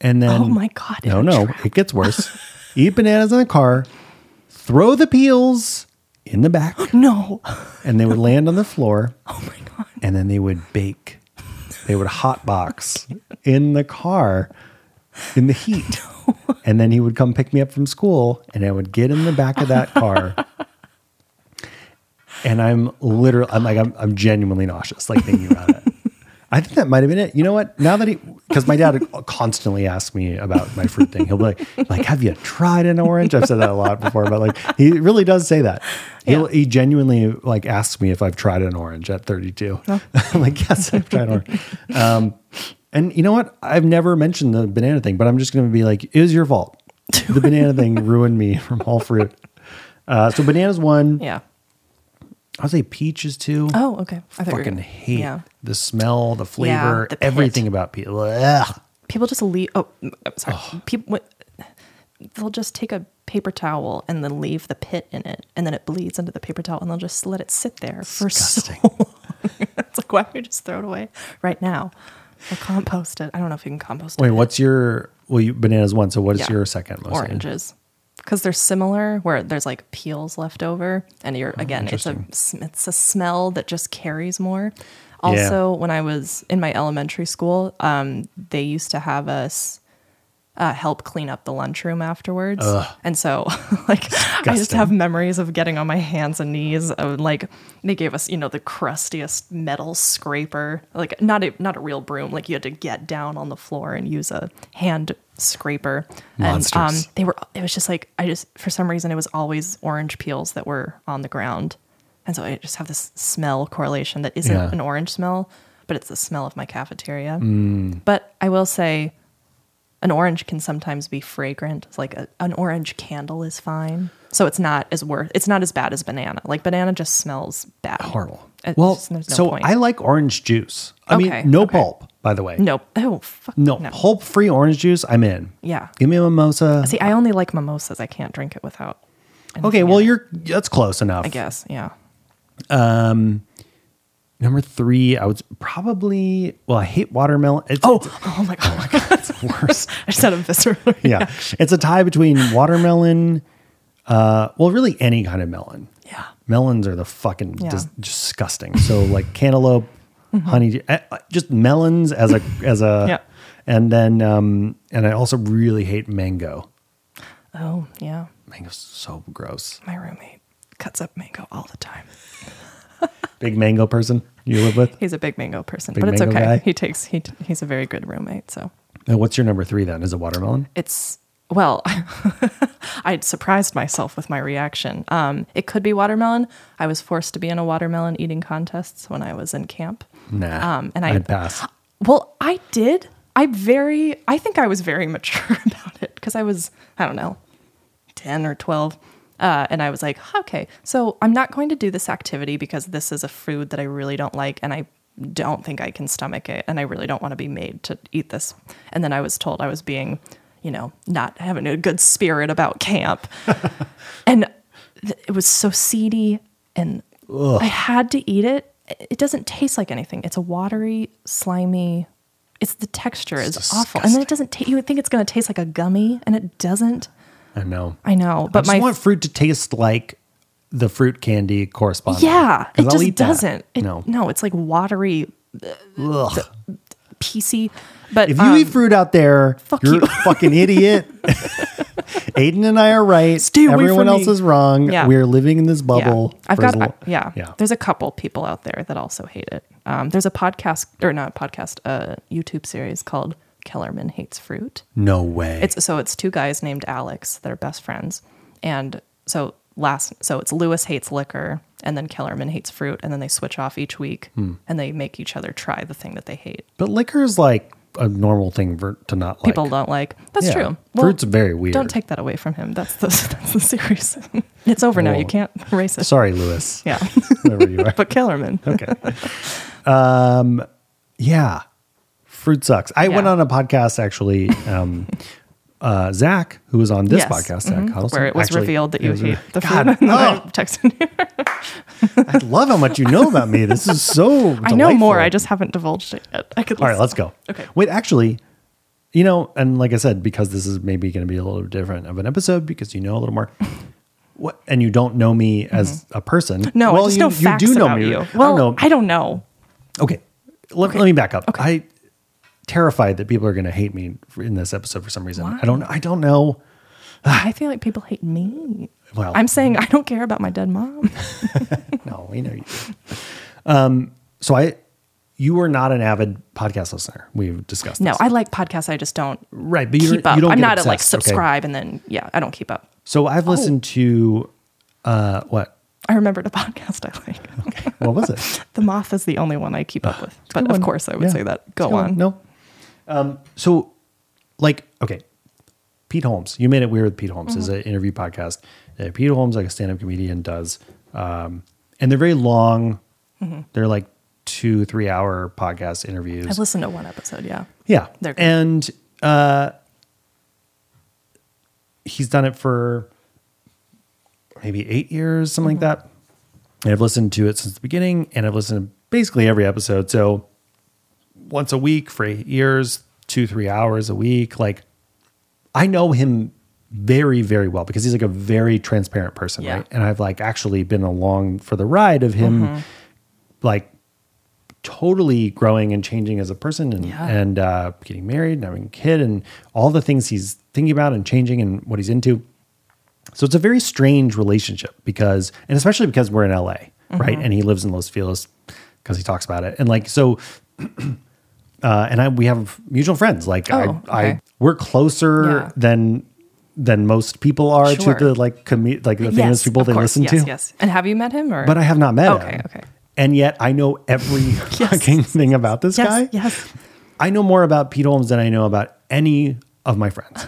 A: and then
C: Oh my God,
A: no,
C: in a
A: no,
C: trap.
A: it gets worse. eat bananas in the car, throw the peels in the back.
C: No.
A: and they would land on the floor
C: Oh my God.
A: and then they would bake. They would hotbox in the car in the heat. And then he would come pick me up from school and I would get in the back of that car. and I'm literally, I'm like, I'm, I'm genuinely nauseous, like thinking about it. I think that might have been it. You know what? Now that he, because my dad constantly asks me about my fruit thing, he'll be like, like, have you tried an orange? I've said that a lot before, but like, he really does say that. He'll,
C: Yeah.
A: He genuinely like asks me if I've tried an orange at 32. I'm like, yes, I've tried an orange. Um, and you know what? I've never mentioned the banana thing, but I'm just going to be like, it was your fault. The banana thing ruined me from all fruit. Uh, so bananas one.
C: Yeah.
A: I'll say peaches two.
C: Oh, okay. I thought you were
A: fucking
C: gonna-
A: hate
C: Yeah.
A: the smell, the flavor,
C: the pit.
A: everything about people. Ugh.
C: People just leave. Oh, mm, oh, sorry. People. What, they'll just take a paper towel and then leave the pit in it, and then it bleeds into the paper towel, and they'll just let it sit there for so
A: Disgusting.
C: it's like, why don't we just throw it away right now? Or compost it. I don't know if you can compost
A: Wait,
C: it.
A: what's your well? You, bananas one. So what is
C: Yeah.
A: your second most?
C: Oranges. Because they're similar, where there's like peels left over, and you're again, it's a
A: Oh, interesting.
C: sm- it's a smell that just carries more. Also, when I was in my elementary school, um, they used to have us uh, help clean up the lunchroom afterwards, and so like I just
A: Disgusting.
C: have memories of getting on my hands and knees. Of, like they gave us, you know, the crustiest metal scraper, like not a not a real broom. Like you had to get down on the floor and use a hand scraper. And
A: Monsters.
C: um, they were. It was just like I just for some reason it was always orange peels that were on the ground, and so I just have this smell correlation that isn't
A: Yeah.
C: an orange smell, but it's the smell of my cafeteria.
A: Mm.
C: But I will say. An orange can sometimes be fragrant. It's like a, an orange candle is fine, so it's not as worth. It's not as bad as banana. Like banana just smells bad.
A: Horrible.
C: It's
A: well,
C: just- there's no
A: so
C: point.
A: I like orange juice. I
C: Okay,
A: mean, no
C: okay.
A: pulp, by the way.
C: No. Oh, fuck.
A: no, pulp free orange juice. I'm in.
C: Yeah.
A: Give me a mimosa.
C: See, I only like mimosas. I can't drink it without.
A: okay,
C: anything
A: well
C: in it,
A: you're that's close enough.
C: I guess. Yeah.
A: Number three, I would probably well, I hate watermelon. It's, it's-
C: Oh my god. Oh my god. It's worse. I just had a visceral.
A: yeah, it's a tie between watermelon. Uh, well, really any kind of melon.
C: Yeah.
A: melons are the fucking
C: Yeah. Mm-hmm.
A: dis- disgusting. So like cantaloupe, honey, eh, eh, just melons as a as a,
C: Yeah.
A: and then um and I also really hate mango.
C: Oh yeah.
A: Mango's so gross.
C: My roommate cuts up mango all the time.
A: Big mango person you live with.
C: He's a big mango person,
A: Big
C: but it's
A: mango
C: okay.
A: guy?
C: He takes he he's a very good roommate. So
A: And what's your number three then? Is it watermelon?
C: it's well, I surprised myself with my reaction. Um, it could be watermelon. I was forced to be in a watermelon eating contest when I was in camp.
A: Nah.
C: Um, and I-
A: I'd pass.
C: Well, I did. I very, I think I was very mature about it because I was, I don't know, 10 or 12. Uh, and I was like, okay, so I'm not going to do this activity because this is a food that I really don't like and I don't think I can stomach it. And I really don't want to be made to eat this. And then I was told I was being, you know, not having a good spirit about camp. and th- it was so seedy and I had to eat it. It doesn't taste like anything. It's a watery, slimy. It's the texture is awful, and then it doesn't. Ta- you would think it's going to taste like a gummy, and it doesn't.
A: I know.
C: I know,
A: I
C: but
A: just
C: my
A: want fruit to taste like the fruit candy corresponding.
C: yeah,
A: 'Cause
C: it
A: I'll
C: just
A: eat that.
C: doesn't. It-
A: no.
C: no, it's like watery,
A: Ugh.
C: piecey. But
A: If you eat
C: um,
A: fruit out there, you're a fucking idiot. Aiden and I are right.
C: Stay away
A: Everyone
C: from
A: else
C: me.
A: is wrong.
C: Yeah.
A: We're living in this bubble.
C: Yeah. I've
A: for as
C: got,
A: lo-
C: yeah.
A: yeah.
C: There's a couple people out there that also hate it. Um, there's a podcast, or not a podcast, a YouTube series called Kellerman Hates Fruit.
A: no way.
C: It's so it's two guys named Alex that are best friends, and so last so it's Lewis hates liquor, and then Kellerman hates fruit, and then they switch off each week,
A: Hmm.
C: and they make each other try the thing that they hate.
A: but liquor is like a normal thing for, to not like.
C: People don't like. That's
A: Yeah.
C: true.
A: Fruit's very weird.
C: Don't take that away from him. That's the that's the series. it's over now.
A: Well,
C: You can't erase it.
A: Sorry, Lewis.
C: Yeah,
A: Whoever you are.
C: but Kellerman.
A: okay. Um, yeah, fruit sucks. I went
C: Yeah.
A: on a podcast actually. Um, uh, Zach, who was on this
C: Yes. Mm-hmm.
A: podcast, Zach Huddleston,
C: Where it was
A: actually-
C: revealed that
A: it
C: you
A: was-
C: hate the
A: God,
C: fruit. and
A: oh.
C: I'm texting you.
A: I love how much you know about me. This is so.
C: I know more.
A: delightful.
C: I just haven't divulged it yet. I could.
A: All right,
C: listen.
A: let's go.
C: Okay.
A: Wait, actually, you know, and like I said, because this is maybe going to be a little different of an episode because you know a little more. What, and you don't know me as a person.
C: Mm-hmm. No,
A: well,
C: I just
A: you,
C: know facts
A: you do know
C: about
A: me.
C: you.
A: I
C: Well,
A: don't know.
C: know.
A: Okay. Let, let me back up. I terrified that people are going to hate me in this episode for some reason. I don't I don't know.
C: I feel like people hate me.
A: Well,
C: I'm saying I don't care about my dead mom.
A: no, we know you. do. Um so I you were not an avid podcast listener. We've discussed
C: No,
A: this.
C: I like podcasts. I just don't
A: right, but you
C: keep up.
A: you don't
C: I'm
A: get
C: not a like
A: obsessed, okay?
C: subscribe Oh. and then yeah, I don't keep up.
A: So I've listened to uh what?
C: I remembered a podcast I like.
A: What was it?
C: the Moth is the only one I keep up with. But of
A: on.
C: course, I would
A: Yeah.
C: say that. Go,
A: Go
C: on.
A: No. Um so like okay. Pete Holmes, you made it weird with Pete Holmes. is
C: Mm-hmm.
A: an interview podcast that Pete Holmes, like a stand-up comedian, does, um, and they're very long.
C: Mm-hmm.
A: They're like two, three-hour podcast interviews.
C: I've listened to one episode. Yeah.
A: Yeah.
C: They're good.
A: And uh, he's done it for
C: Mm-hmm.
A: maybe eight years, something like that. And I've listened to it since the beginning, and I've listened basically every episode. So once a week for eight years, two, three hours a week. Like I know him very, very well because he's like a very transparent person,
C: Yeah. Mm-hmm.
A: right? And I've like actually been along for the ride of him like totally growing and changing as a person and,
C: Yeah.
A: and uh, getting married and having a kid and all the things he's thinking about and changing and what he's into. So it's a very strange relationship because, and especially because we're in LA,
C: Mm-hmm.
A: right? And he lives in Los Feliz because he talks about it. And like, so, uh, and I, we have mutual friends. Like I,
C: Oh,
A: I,
C: okay.
A: we're closer
C: Yeah.
A: than, than most people are
C: Sure.
A: to the like commu- like the famous people
C: of
A: they
C: course.
A: listen
C: yes,
A: to.
C: Yes, And have you met him? Or
A: But I have not met
C: Okay,
A: him.
C: okay.
A: And yet I know every fucking thing about this
C: yes,
A: guy.
C: yes.
A: I know more about Pete Holmes than I know about any of my friends.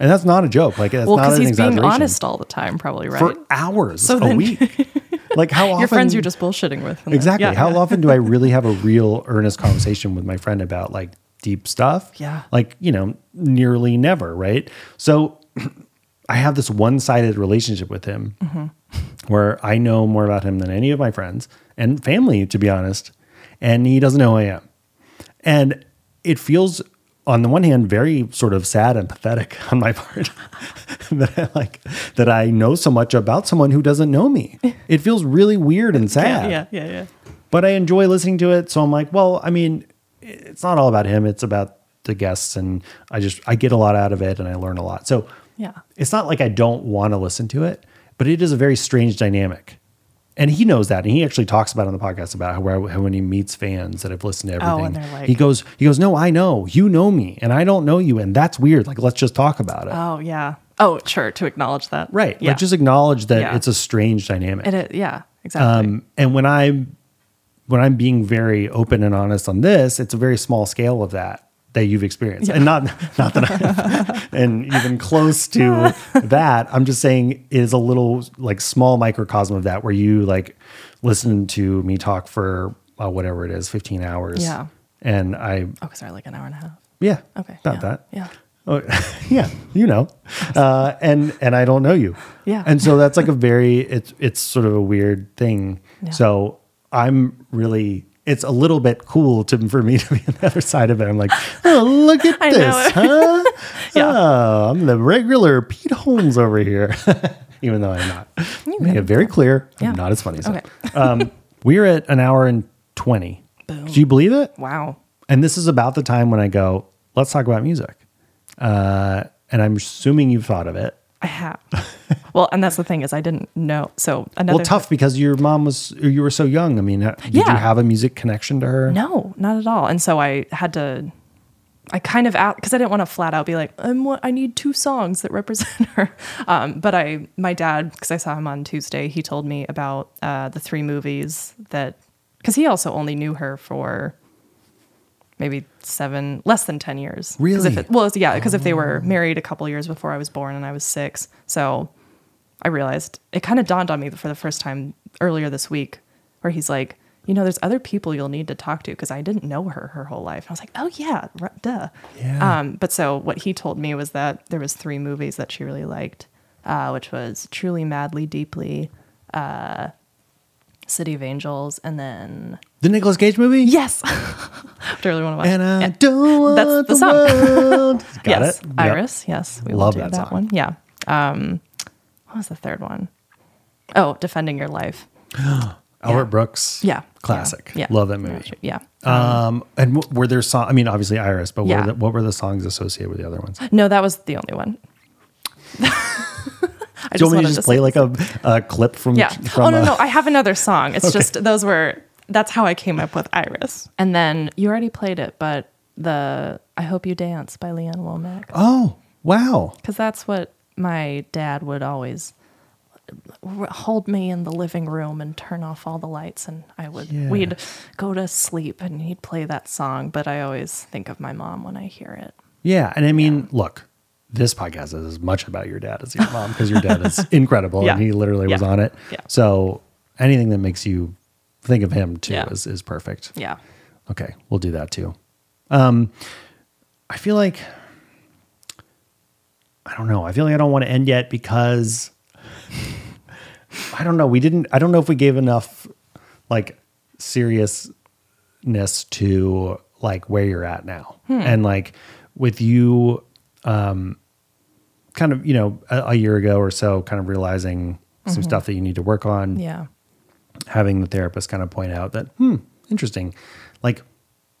A: And that's not a joke. Like that's
C: Well,
A: not
C: because
A: an
C: he's being
A: exaggeration.
C: honest all the time, probably right.
A: for hours
C: So
A: a
C: then-
A: week. like how often
C: Your friends you're just bullshitting with. and then-
A: exactly
C: yeah,
A: how
C: yeah.
A: often do I really have a real earnest conversation with my friend about like deep stuff?
C: Yeah.
A: like you know, nearly never, right? So I have this one-sided relationship with him,
C: Mm-hmm.
A: where I know more about him than any of my friends and family, to be honest, and he doesn't know who I am, and it feels. On the one hand, very sort of sad and pathetic on my part that I like that I know so much about someone who doesn't know me. It feels really weird and sad
C: Yeah, yeah, yeah.
A: but I enjoy listening to it. So I'm like, well, I mean, it's not all about him. It's about the guests, and I just I get a lot out of it, and I learn a lot. So
C: Yeah.
A: it's not like I don't want to listen to it, but it is a very strange dynamic. And he knows that, and he actually talks about it on the podcast about how, where- how when he meets fans that have listened to
C: Oh,
A: everything,
C: and they're like-
A: he goes, he goes, no, I know you know me, and I don't know you, and that's weird. Like, let's just talk about it,
C: Oh, yeah. Oh, sure. To acknowledge that.
A: right?
C: Yeah.
A: Like, just acknowledge that
C: Yeah.
A: it's a strange dynamic.
C: It is, yeah, exactly.
A: Um, and when I'm when I'm being very open and honest on this, it's a very small scale of that that you've experienced, and not not that I'm and even close to that. I'm just saying it is a little like small microcosm of that where you like listen to me talk for uh, whatever it is, 15 hours.
C: Yeah.
A: and I
C: oh, sorry, like an hour and a half.
A: yeah
C: Okay.
A: about
C: yeah,
A: that
C: Yeah.
A: Oh, yeah, you know, uh, and and I don't know you.
C: Yeah.
A: and so that's like a very it's it's sort of a weird thing.
C: Yeah.
A: So I'm really it's a little bit cool to for me to be on the other side of it. I'm like, oh look at
C: I
A: this, huh?
C: Yeah.
A: Oh, I'm the regular Pete Holmes over here, even though I'm not. Make it very clear,
C: Yeah.
A: I'm not as funny as
C: Okay.
A: him. um, We're at an hour and twenty.
C: Boom.
A: Do you believe it?
C: Wow.
A: And this is about the time when I go, let's talk about music. Uh, and I'm assuming you've thought of it.
C: I have. well, and that's the thing is I didn't know. So another
A: Well, tough because your mom was, you were so young. I mean, ha- did you
C: Yeah.
A: have a music connection to her?
C: No, not at all. And so I had to. I kind of out because I didn't want to flat out be like I'm. wa- I need two songs that represent her. Um, but I, my dad, because I saw him on Tuesday, he told me about uh, the three movies that because he also only knew her for maybe seven, less than ten years. 'Cause
A: Really? Oh.
C: If it, well, it's- yeah, because if they were married a couple years before I was born and I was six, so I realized it kind of dawned on me for the first time earlier this week, where he's like, you know, there's other people you'll need to talk to because I didn't know her her whole life. And I was like, oh yeah, r- duh.
A: Yeah.
C: Um, but so what he told me was that there was three movies that she really liked, uh, which was Truly, Madly, Deeply, uh, City of Angels, and then
A: The Nicolas Cage movie?
C: yes, I really want to watch.
A: And I
C: Yeah.
A: don't want
C: That's the
A: the,
C: song.
A: world. Got
C: yes,
A: it? Yep.
C: Iris. Yes, we will
A: Love
C: do
A: that
C: that,
A: song.
C: one. Yeah. Um, what was the third one? Oh, defending your life.
A: Albert Brooks.
C: Yeah,
A: Classic.
C: Yeah,
A: Love that movie.
C: Yeah.
A: Um, and w- were there songs? I mean, obviously Iris, but
C: Yeah.
A: were the, what were the songs associated with the other ones?
C: No, that was the only one. I
A: Do you want me
C: wanted
A: to just play
C: say-
A: like a, a clip from?
C: Yeah.
A: from
C: Oh no,
A: uh,
C: no, I have another song. It's just those were that's how I came up with Iris. And then you already played it, but the I Hope You Dance by Leanne Womack.
A: Oh, wow.
C: because that's what my dad would always r- hold me in the living room and turn off all the lights and i would
A: Yeah.
C: we'd go to sleep and he'd play that song but i always think of my mom when i hear it
A: Yeah. And I mean, look, this podcast is as much about your dad as your mom because your dad is incredible and
C: Yeah.
A: he literally was
C: Yeah.
A: on it.
C: Yeah.
A: So anything that makes you think of him too
C: Yeah.
A: is, is perfect.
C: yeah
A: Okay. We'll do that too. Um, I feel like, I don't know. I feel like I don't want to end yet because I don't know. We didn't, I don't know if we gave enough like serious ness to like where you're at now. And like with you um kind of, you know, a, a year ago or so kind of realizing some stuff that you need to work on,
C: Yeah.
A: having the therapist kind of point out that, "Hmm, interesting. Like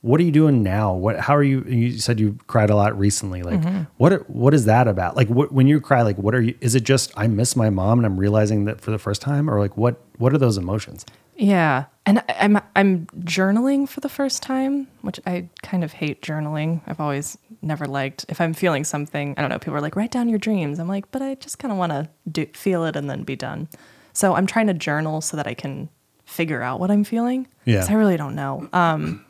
A: what are you doing now? What how are you you said you cried a lot recently. Like
C: Mm-hmm.
A: what are- what is that about? Like what when you cry like what are you is it just I miss my mom and I'm realizing that for the first time or like what what are those emotions?
C: Yeah. And I- I'm I'm journaling for the first time, which I kind of hate journaling. I've always never liked. If I'm feeling something, I don't know, people are like, write down your dreams. I'm like, but I just kind of want to do feel it and then be done. So I'm trying to journal so that I can figure out what I'm feeling. 'Cause
A: Yeah.
C: I really don't know. Um,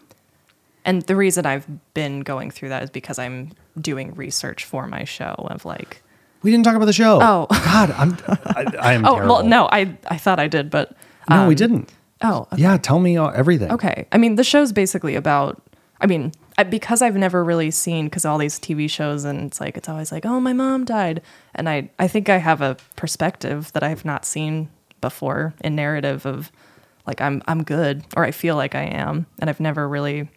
C: and the reason I've been going through that is because I'm doing research for my show of like
A: We didn't talk about the show.
C: Oh.
A: God, I'm. I, I am.
C: Oh
A: terrible.
C: well, no, I I thought I did, but
A: no, we
C: um,
A: didn't.
C: Oh, okay.
A: Yeah, tell me all, everything.
C: Okay. I mean, the show's basically about. I mean, I, because I've never really seen because all these TV shows and it's like it's always like, oh, my mom died, and I I think I have a perspective that I have not seen before in narrative of like I'm I'm good or I feel like I am, and I've never really.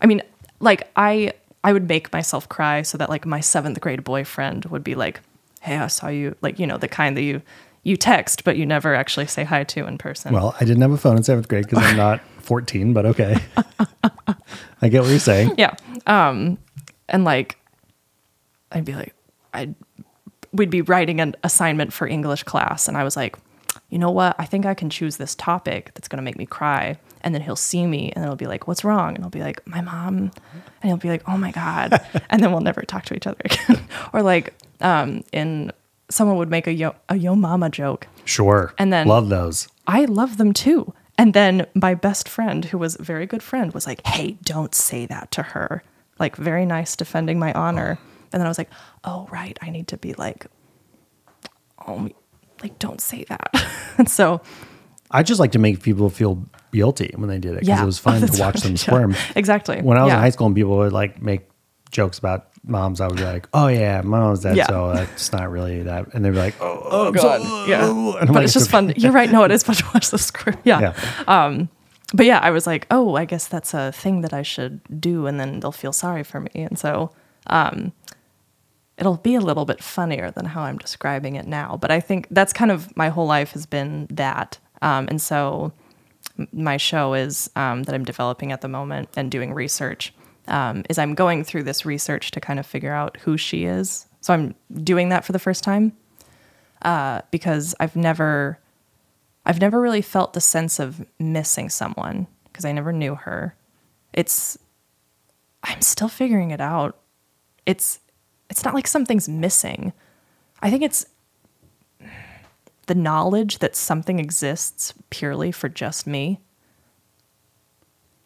C: I mean, like I I would make myself cry so that like my seventh grade boyfriend would be like, hey, I saw you, like you know the kind that you you text but you never actually say hi to in person.
A: Well, I didn't have a phone in seventh grade because I'm not 14, but okay. I get what you're saying.
C: yeah um and like i'd be like i'd we'd be writing an assignment for english class and i was like you know what i think i can choose this topic that's going to make me cry and then he'll see me and it'll be like what's wrong and i'll be like my mom and he'll be like oh my god and then we'll never talk to each other again or like um in someone would make a yo a yo mama joke
A: Sure.
C: And then-
A: love those.
C: I love them too. And then my best friend, who was a very good friend, was like, hey, don't say that to her. Like, very nice defending my honor. And then I was like, oh, right. I need to be like, oh, like, don't say that. and so,
A: I just like to make people feel guilty when they did it because
C: yeah.
A: it was fun
C: That's
A: to watch
C: what-
A: them
C: yeah,
A: squirm.
C: Exactly.
A: When I was
C: yeah.
A: in high school and people would like make jokes about moms, I would be like, "Oh yeah, my mom's dead,
C: Yeah.
A: so that's not really that." And they'd be like, "Oh, oh
C: God. Yeah.
A: and I'm
C: But
A: like,
C: it's just fun. You're right. No, it is fun to watch the squirm. Yeah.
A: Yeah.
C: But yeah, I was like, oh, I guess that's a thing that I should do, and then they'll feel sorry for me. And so um, it'll be a little bit funnier than how I'm describing it now. But I think that's kind of my whole life has been that. Um, and so m- my show is um, that I'm developing at the moment and doing research um, is I'm going through this research to kind of figure out who she is. So I'm doing that for the first time uh, because I've never I've never really felt the sense of missing someone because I never knew her. It's I'm still figuring it out. It's it's not like something's missing. I think it's the knowledge that something exists purely for just me.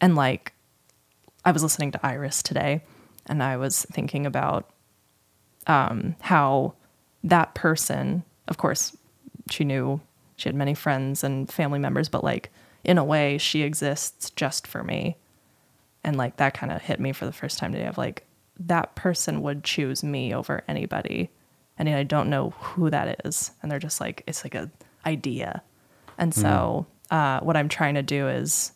C: And like I was listening to Iris today and I was thinking about how that person, of course, she knew she had many friends and family members, but like in a way, she exists just for me. And like that kind of hit me for the first time today of like, that person would choose me over anybody. And I don't know who that is. And they're just like, it's like a idea. And so, uh, what I'm trying to do is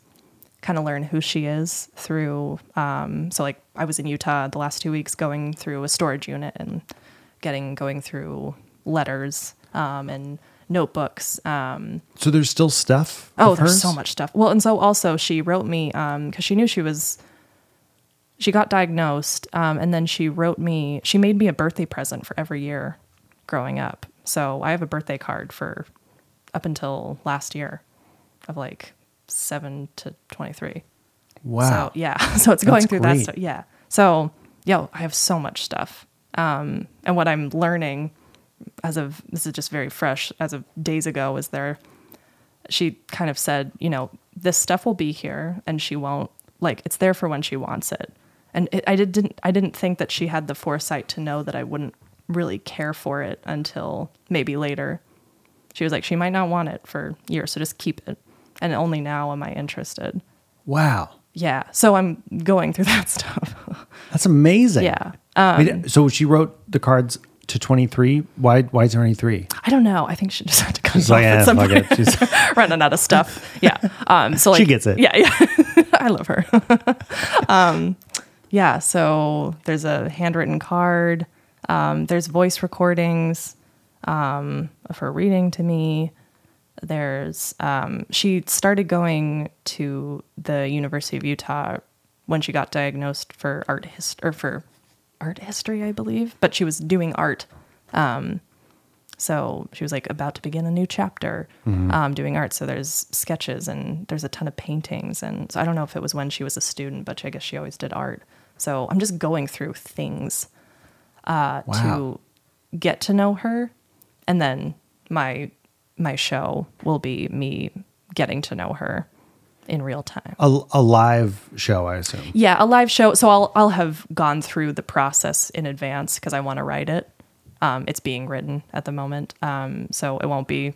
C: kind of learn who she is through um so like I was in Utah the last 2 weeks going through a storage unit and getting going through letters um and notebooks
A: so there's still stuff.
C: Oh,
A: of
C: there's
A: hers?
C: so much stuff. Well, and so also she wrote me um because she knew she was she got diagnosed um and then she wrote me she made me a birthday present for every year growing up. So I have a birthday card for up until last year of like 7 to 23.
A: Wow.
C: So yeah, so it's going
A: That's
C: through that
A: great.
C: stuff. Yeah. So yo, I have so much stuff. Um, and what I'm learning as of this is just very fresh as of days ago is there she kind of said, you know, this stuff will be here and she won't like it's there for when she wants it. And it, I did, didn't I didn't think that she had the foresight to know that I wouldn't really care for it until maybe later. She was like she might not want it for years, so just keep it. And only now am I interested.
A: Wow.
C: Yeah. So I'm going through that stuff.
A: That's amazing.
C: Yeah. Um,
A: Wait, so she wrote the cards to 23? Why, why 23?
C: I don't know. I think she just had to cut
A: It's
C: it off
A: like,
C: at
A: eh,
C: some
A: fuck
C: point.
A: it. She's-
C: Running out of stuff. Yeah. Um, so like,
A: She gets it.
C: Yeah, yeah. I love her. um, yeah. So there's a handwritten card. Um, there's voice recordings um, of her reading to me. There's um, she started going to the University of Utah when she got diagnosed for art hist- or for art history, I believe. But she was doing art so she was like about to begin a new chapter um, doing art. So there's sketches and there's a ton of paintings. And so I don't know if it was when she was a student, but I guess she always did art. So I'm just going through things uh,
A: Wow.
C: to get to know her. And then my my show will be me getting to know her in real time.
A: A, a live show, I assume.
C: Yeah, a live show. So I'll I'll have gone through the process in advance because I want to write it. Um, it's being written at the moment, um, so it won't be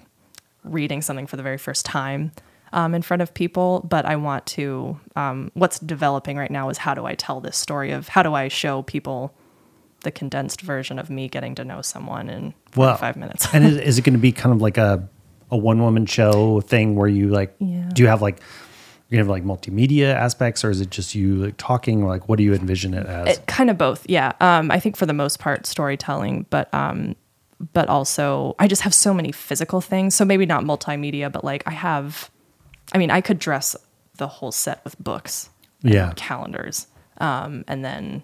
C: reading something for the very first time um, in front of people. But I want to. Um, what's developing right now is how do I tell this story of how do I show people the condensed version of me getting to know someone in
A: Wow.
C: five minutes.
A: and is, is it going to be kind of like a, a one woman show thing where you like,
C: Yeah.
A: do you have like, you have like multimedia aspects or is it just you like talking or like, what do you envision it as?
C: It- Uh, kind of both yeah um i think for the most part storytelling but um but also i just have so many physical things so maybe not multimedia but like i have i mean i could dress the whole set with books and
A: Yeah.
C: calendars um and then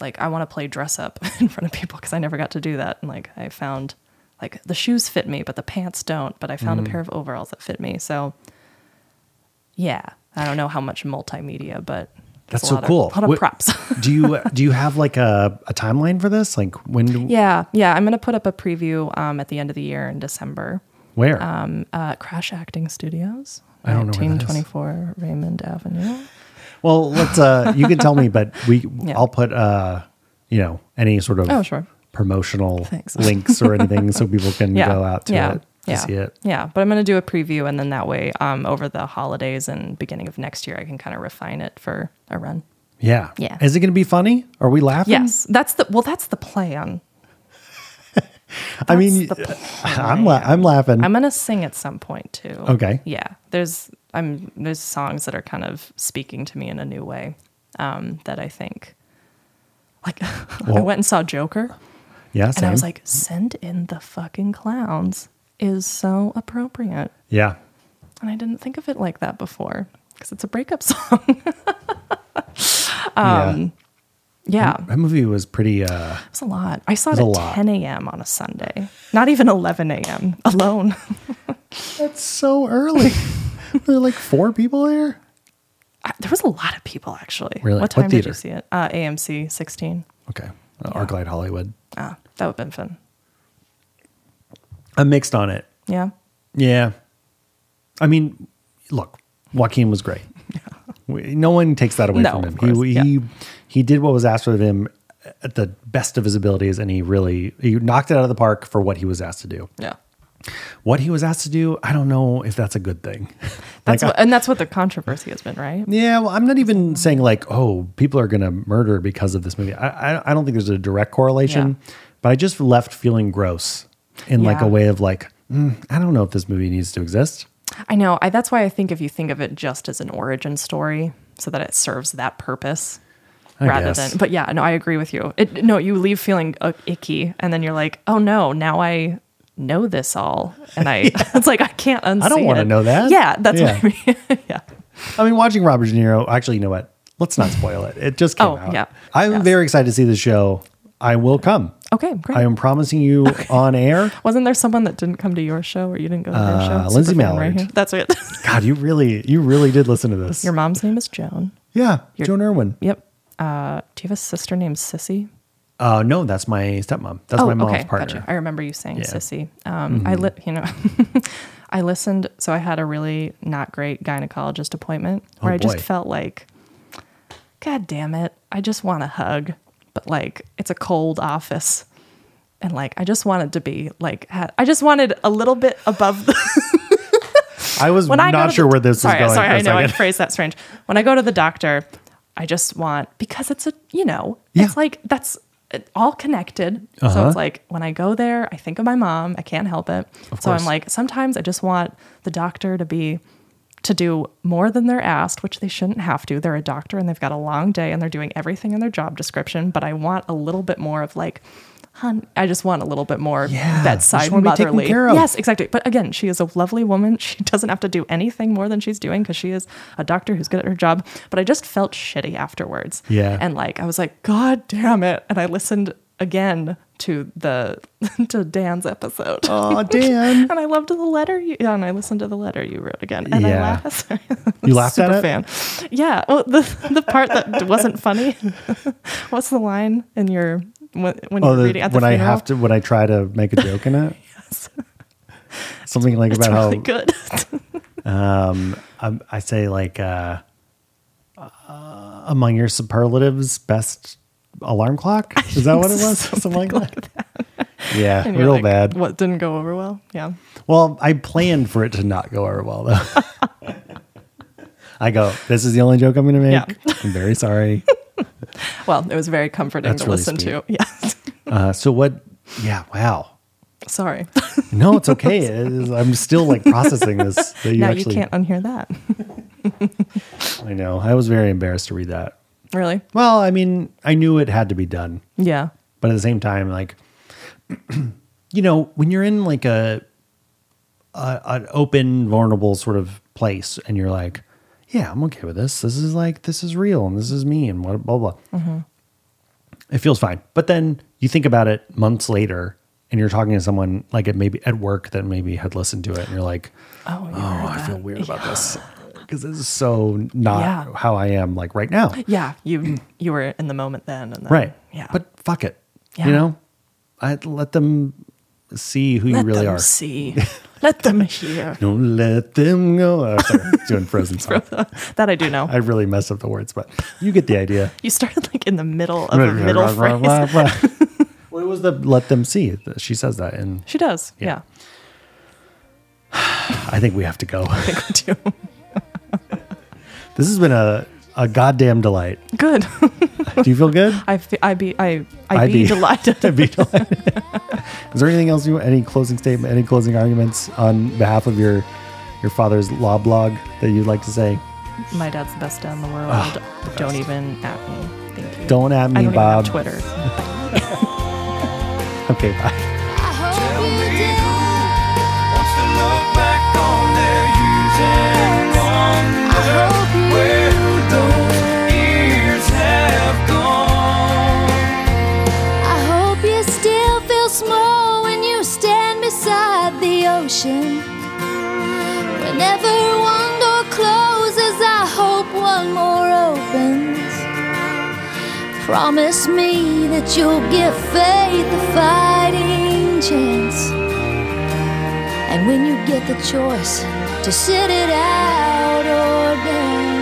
C: like i want to play dress up in front of people because i never got to do that and like i found like the shoes fit me but the pants don't but i found
A: Mm.
C: a pair of overalls that fit me so yeah i don't know how much multimedia but there's
A: That's
C: a
A: so
C: lot of-
A: cool.
C: a lot
A: What-
C: of props
A: do you, do you have like a, a timeline for this? Like when, do,
C: Yeah, yeah. I'm gonna put up a preview um, at the end of the year in December.
A: where?
C: Um, uh, Crash Acting Studios,
A: I don't know where that is.
C: 1924 Raymond Avenue.
A: Well, let's. Uh, you can tell me, but we.
C: Yeah.
A: I'll put. Uh, you know, any sort of
C: Oh, sure.
A: promotional
C: Thanks.
A: links or anything, so people can
C: Yeah,
A: go out to
C: yeah,
A: it to
C: yeah,
A: see it.
C: yeah. But I'm gonna do a preview, and then that way, um, over the holidays and beginning of next year, I can kind of refine it for a run.
A: Yeah.
C: Yeah.
A: Is it going to be funny? Are we laughing?
C: Yes, that's the well, that's the plan.
A: I mean,
C: That's the
A: I'm la- I'm laughing.
C: I'm gonna sing at some point too.
A: Okay.
C: Yeah. There's I'm there's songs that are kind of speaking to me in a new way. Um, that I think like I
A: Well-
C: went and saw Joker
A: yeah.
C: and I was
A: same.
C: like, send in the fucking clowns is so appropriate.
A: yeah.
C: And I didn't think of it like that before. Because it's a breakup song.
A: um, yeah.
C: yeah.
A: That movie was pretty. Uh,
C: It was a lot. I saw it,
A: Mm-hmm. It was a
C: at
A: lot.
C: 10 a.m. on a Sunday. Not even 11 a.m. alone.
A: that's so early. Were there like four people there?
C: I- there was a lot of people actually.
A: Really?
C: What
A: What
C: time did
A: theater?
C: you see it? Uh, AMC 16.
A: Okay. Uh, ArcLight Hollywood.
C: Ah, that would have been fun.
A: I'm mixed on it.
C: Yeah.
A: Yeah. I mean, look, Joaquin was great. We- No one takes that away
C: No,
A: from
C: of
A: him.
C: course,
A: He,
C: yeah.
A: he he did what was asked of him at the best of his abilities, and he really he knocked it out of the park for what he was asked to do.
C: Yeah.
A: What he was asked to do, I don't know if that's a good thing.
C: That's
A: Like,
C: what, and that's what the controversy has been, right?
A: Yeah, well, I'm not even saying like, oh, people are going to murder because of this movie. I, I, I don't think there's a direct correlation, but I just left feeling gross in like
C: Yeah.
A: a way of like, mm, I don't know if this movie needs to exist.
C: I know. I, that's why I think if you think of it just as an origin story, so that it serves that purpose,
A: I
C: rather
A: guess.
C: than. But yeah, no, I agree with you. It, no, you leave feeling uh, icky, and then you're like, oh no, now I know this all, and I it's like I can't unsee.
A: I don't want to
C: it.
A: know that.
C: Yeah, that's what I mean. yeah.
A: I mean, watching Robert De Niro. Actually, you know what? Let's not spoil it. It just came
C: Oh,
A: out.
C: yeah.
A: I'm
C: Yes.
A: very excited to see the show. I will come.
C: Okay, great.
A: I am promising you on air.
C: Wasn't there someone that didn't come to your show or you didn't go to their
A: Uh,
C: show?
A: Lindsay
C: Superfan
A: Mallard.
C: here. That's it.
A: God, you really, you really did listen to this.
C: Your mom's name is Joan.
A: yeah,
C: your-
A: Joan Irwin.
C: Yep. Uh, do you have a sister named Sissy?
A: Uh, no, that's my stepmom. That's my mom's partner.
C: Oh, Gotcha. I remember you saying
A: Yeah. Mm-hmm.
C: Sissy. Um, I li- you know, I listened. So I had a really not great gynecologist appointment where
A: Oh,
C: I just
A: boy.
C: felt like, God damn it, I just want a hug, but like it's a cold office. And like, I just wanted to be like, ha- I just wanted a little bit above the
A: I was
C: when I go
A: not
C: to
A: sure
C: the,
A: where this
C: sorry,
A: was going.
C: Sorry,
A: for a
C: I know I
A: second.
C: phrased that strange. When I go to the doctor, I just want because it's a you know
A: Yeah.
C: it's like that's it- all connected. So
A: Uh-huh.
C: it's like when I go there, I think of my mom. I can't help it. so
A: course.
C: I'm like, sometimes I just want the doctor to be to do more than they're asked, which they shouldn't have to. They're a doctor and they've got a long day and they're doing everything in their job description. But I want a little bit more of like, hun, I just want a little bit more
A: Yeah, I
C: bedside
A: just wanna be taken
C: motherly.
A: care of.
C: Yes, exactly. But again, she is a lovely woman. She doesn't have to do anything more than she's doing because she is a doctor who's good at her job. But I just felt shitty afterwards.
A: Yeah.
C: And like I was like, God damn it. And I listened again to the to Dan's episode.
A: Oh, Dan.
C: And I loved the letter you yeah, and I listened to the letter you wrote again. And
A: Yeah.
C: I laughed.
A: You laughed at
C: Super
A: it?
C: fan. Yeah. Well the the part that wasn't funny. What's the line in your when, when
A: Oh,
C: you're
A: the,
C: reading at the
A: when I
C: funeral?
A: have to, when I try to make a joke in it, something like
C: it's
A: about
C: really
A: how
C: good.
A: um, I, I say like uh, uh, among your superlatives, best alarm clock. Is that what it was? Something like that. Yeah,
C: And you're
A: real
C: like,
A: bad.
C: What didn't go over well? Yeah.
A: Well, I planned for it to not go over well though. I go, this is the only joke I'm going to make.
C: Yeah.
A: I'm very sorry.
C: Well, it was very comforting
A: That's
C: to
A: really
C: listen
A: sweet.
C: to. Yeah.
A: Uh, so what? Yeah, wow.
C: Sorry.
A: No, it's okay. It is- I'm still like processing this. That you
C: now
A: actually,
C: you can't unhear that.
A: I know. I was very embarrassed to read that.
C: really?
A: Well, I mean, I knew it had to be done,
C: Yeah.
A: but at the same time, like, you know, when you're in like a, a an open, vulnerable sort of place, and you're like, yeah, I'm okay with this. This is like, this is real, and this is me, and what, blah blah.
C: Mm-hmm.
A: It feels fine, but then you think about it months later, and you're talking to someone like at maybe at work that maybe had listened to it, and you're like,
C: Oh, you
A: oh,
C: heard
A: I
C: that.
A: feel weird about this because this is so not
C: Yeah.
A: how I am like right now.
C: Yeah, you you were in the moment then, and then,
A: Right.
C: Yeah,
A: But fuck it.
C: Yeah.
A: You know, I let them see who
C: let
A: you really
C: them
A: are.
C: see, let them hear.
A: Don't let them go. Oh, sorry, doing Frozen song.
C: That I do know.
A: I really messed up the words, but you get the idea.
C: you started like in the middle of a middle phrase.
A: What was the let them see? She says that, and
C: She does.
A: Yeah.
C: Yeah,
A: I think we have to go.
C: I think we do.
A: This has been a, a goddamn delight.
C: Good.
A: Do you feel good?
C: I fe- I be I I,
A: I
C: be,
A: be-
C: delighted.
A: Be delighted. Is there anything else you any closing statement, any closing arguments on behalf of your your father's law blog that you'd like to say?
C: My dad's the best dad in the world. Don't even at me. Thank you.
A: Ah, Don't at
C: I
A: me,
C: don't
A: Bob.
C: even have Twitter.
A: Okay, bye.
B: Tell me who wants to look back on their years and wonder where those years have gone.
F: I hope you still feel small when you stand beside the ocean. Whenever one door closes, I hope one more opens. Promise me that you'll give faith a fighting chance. And when you get the choice to sit it out or dance.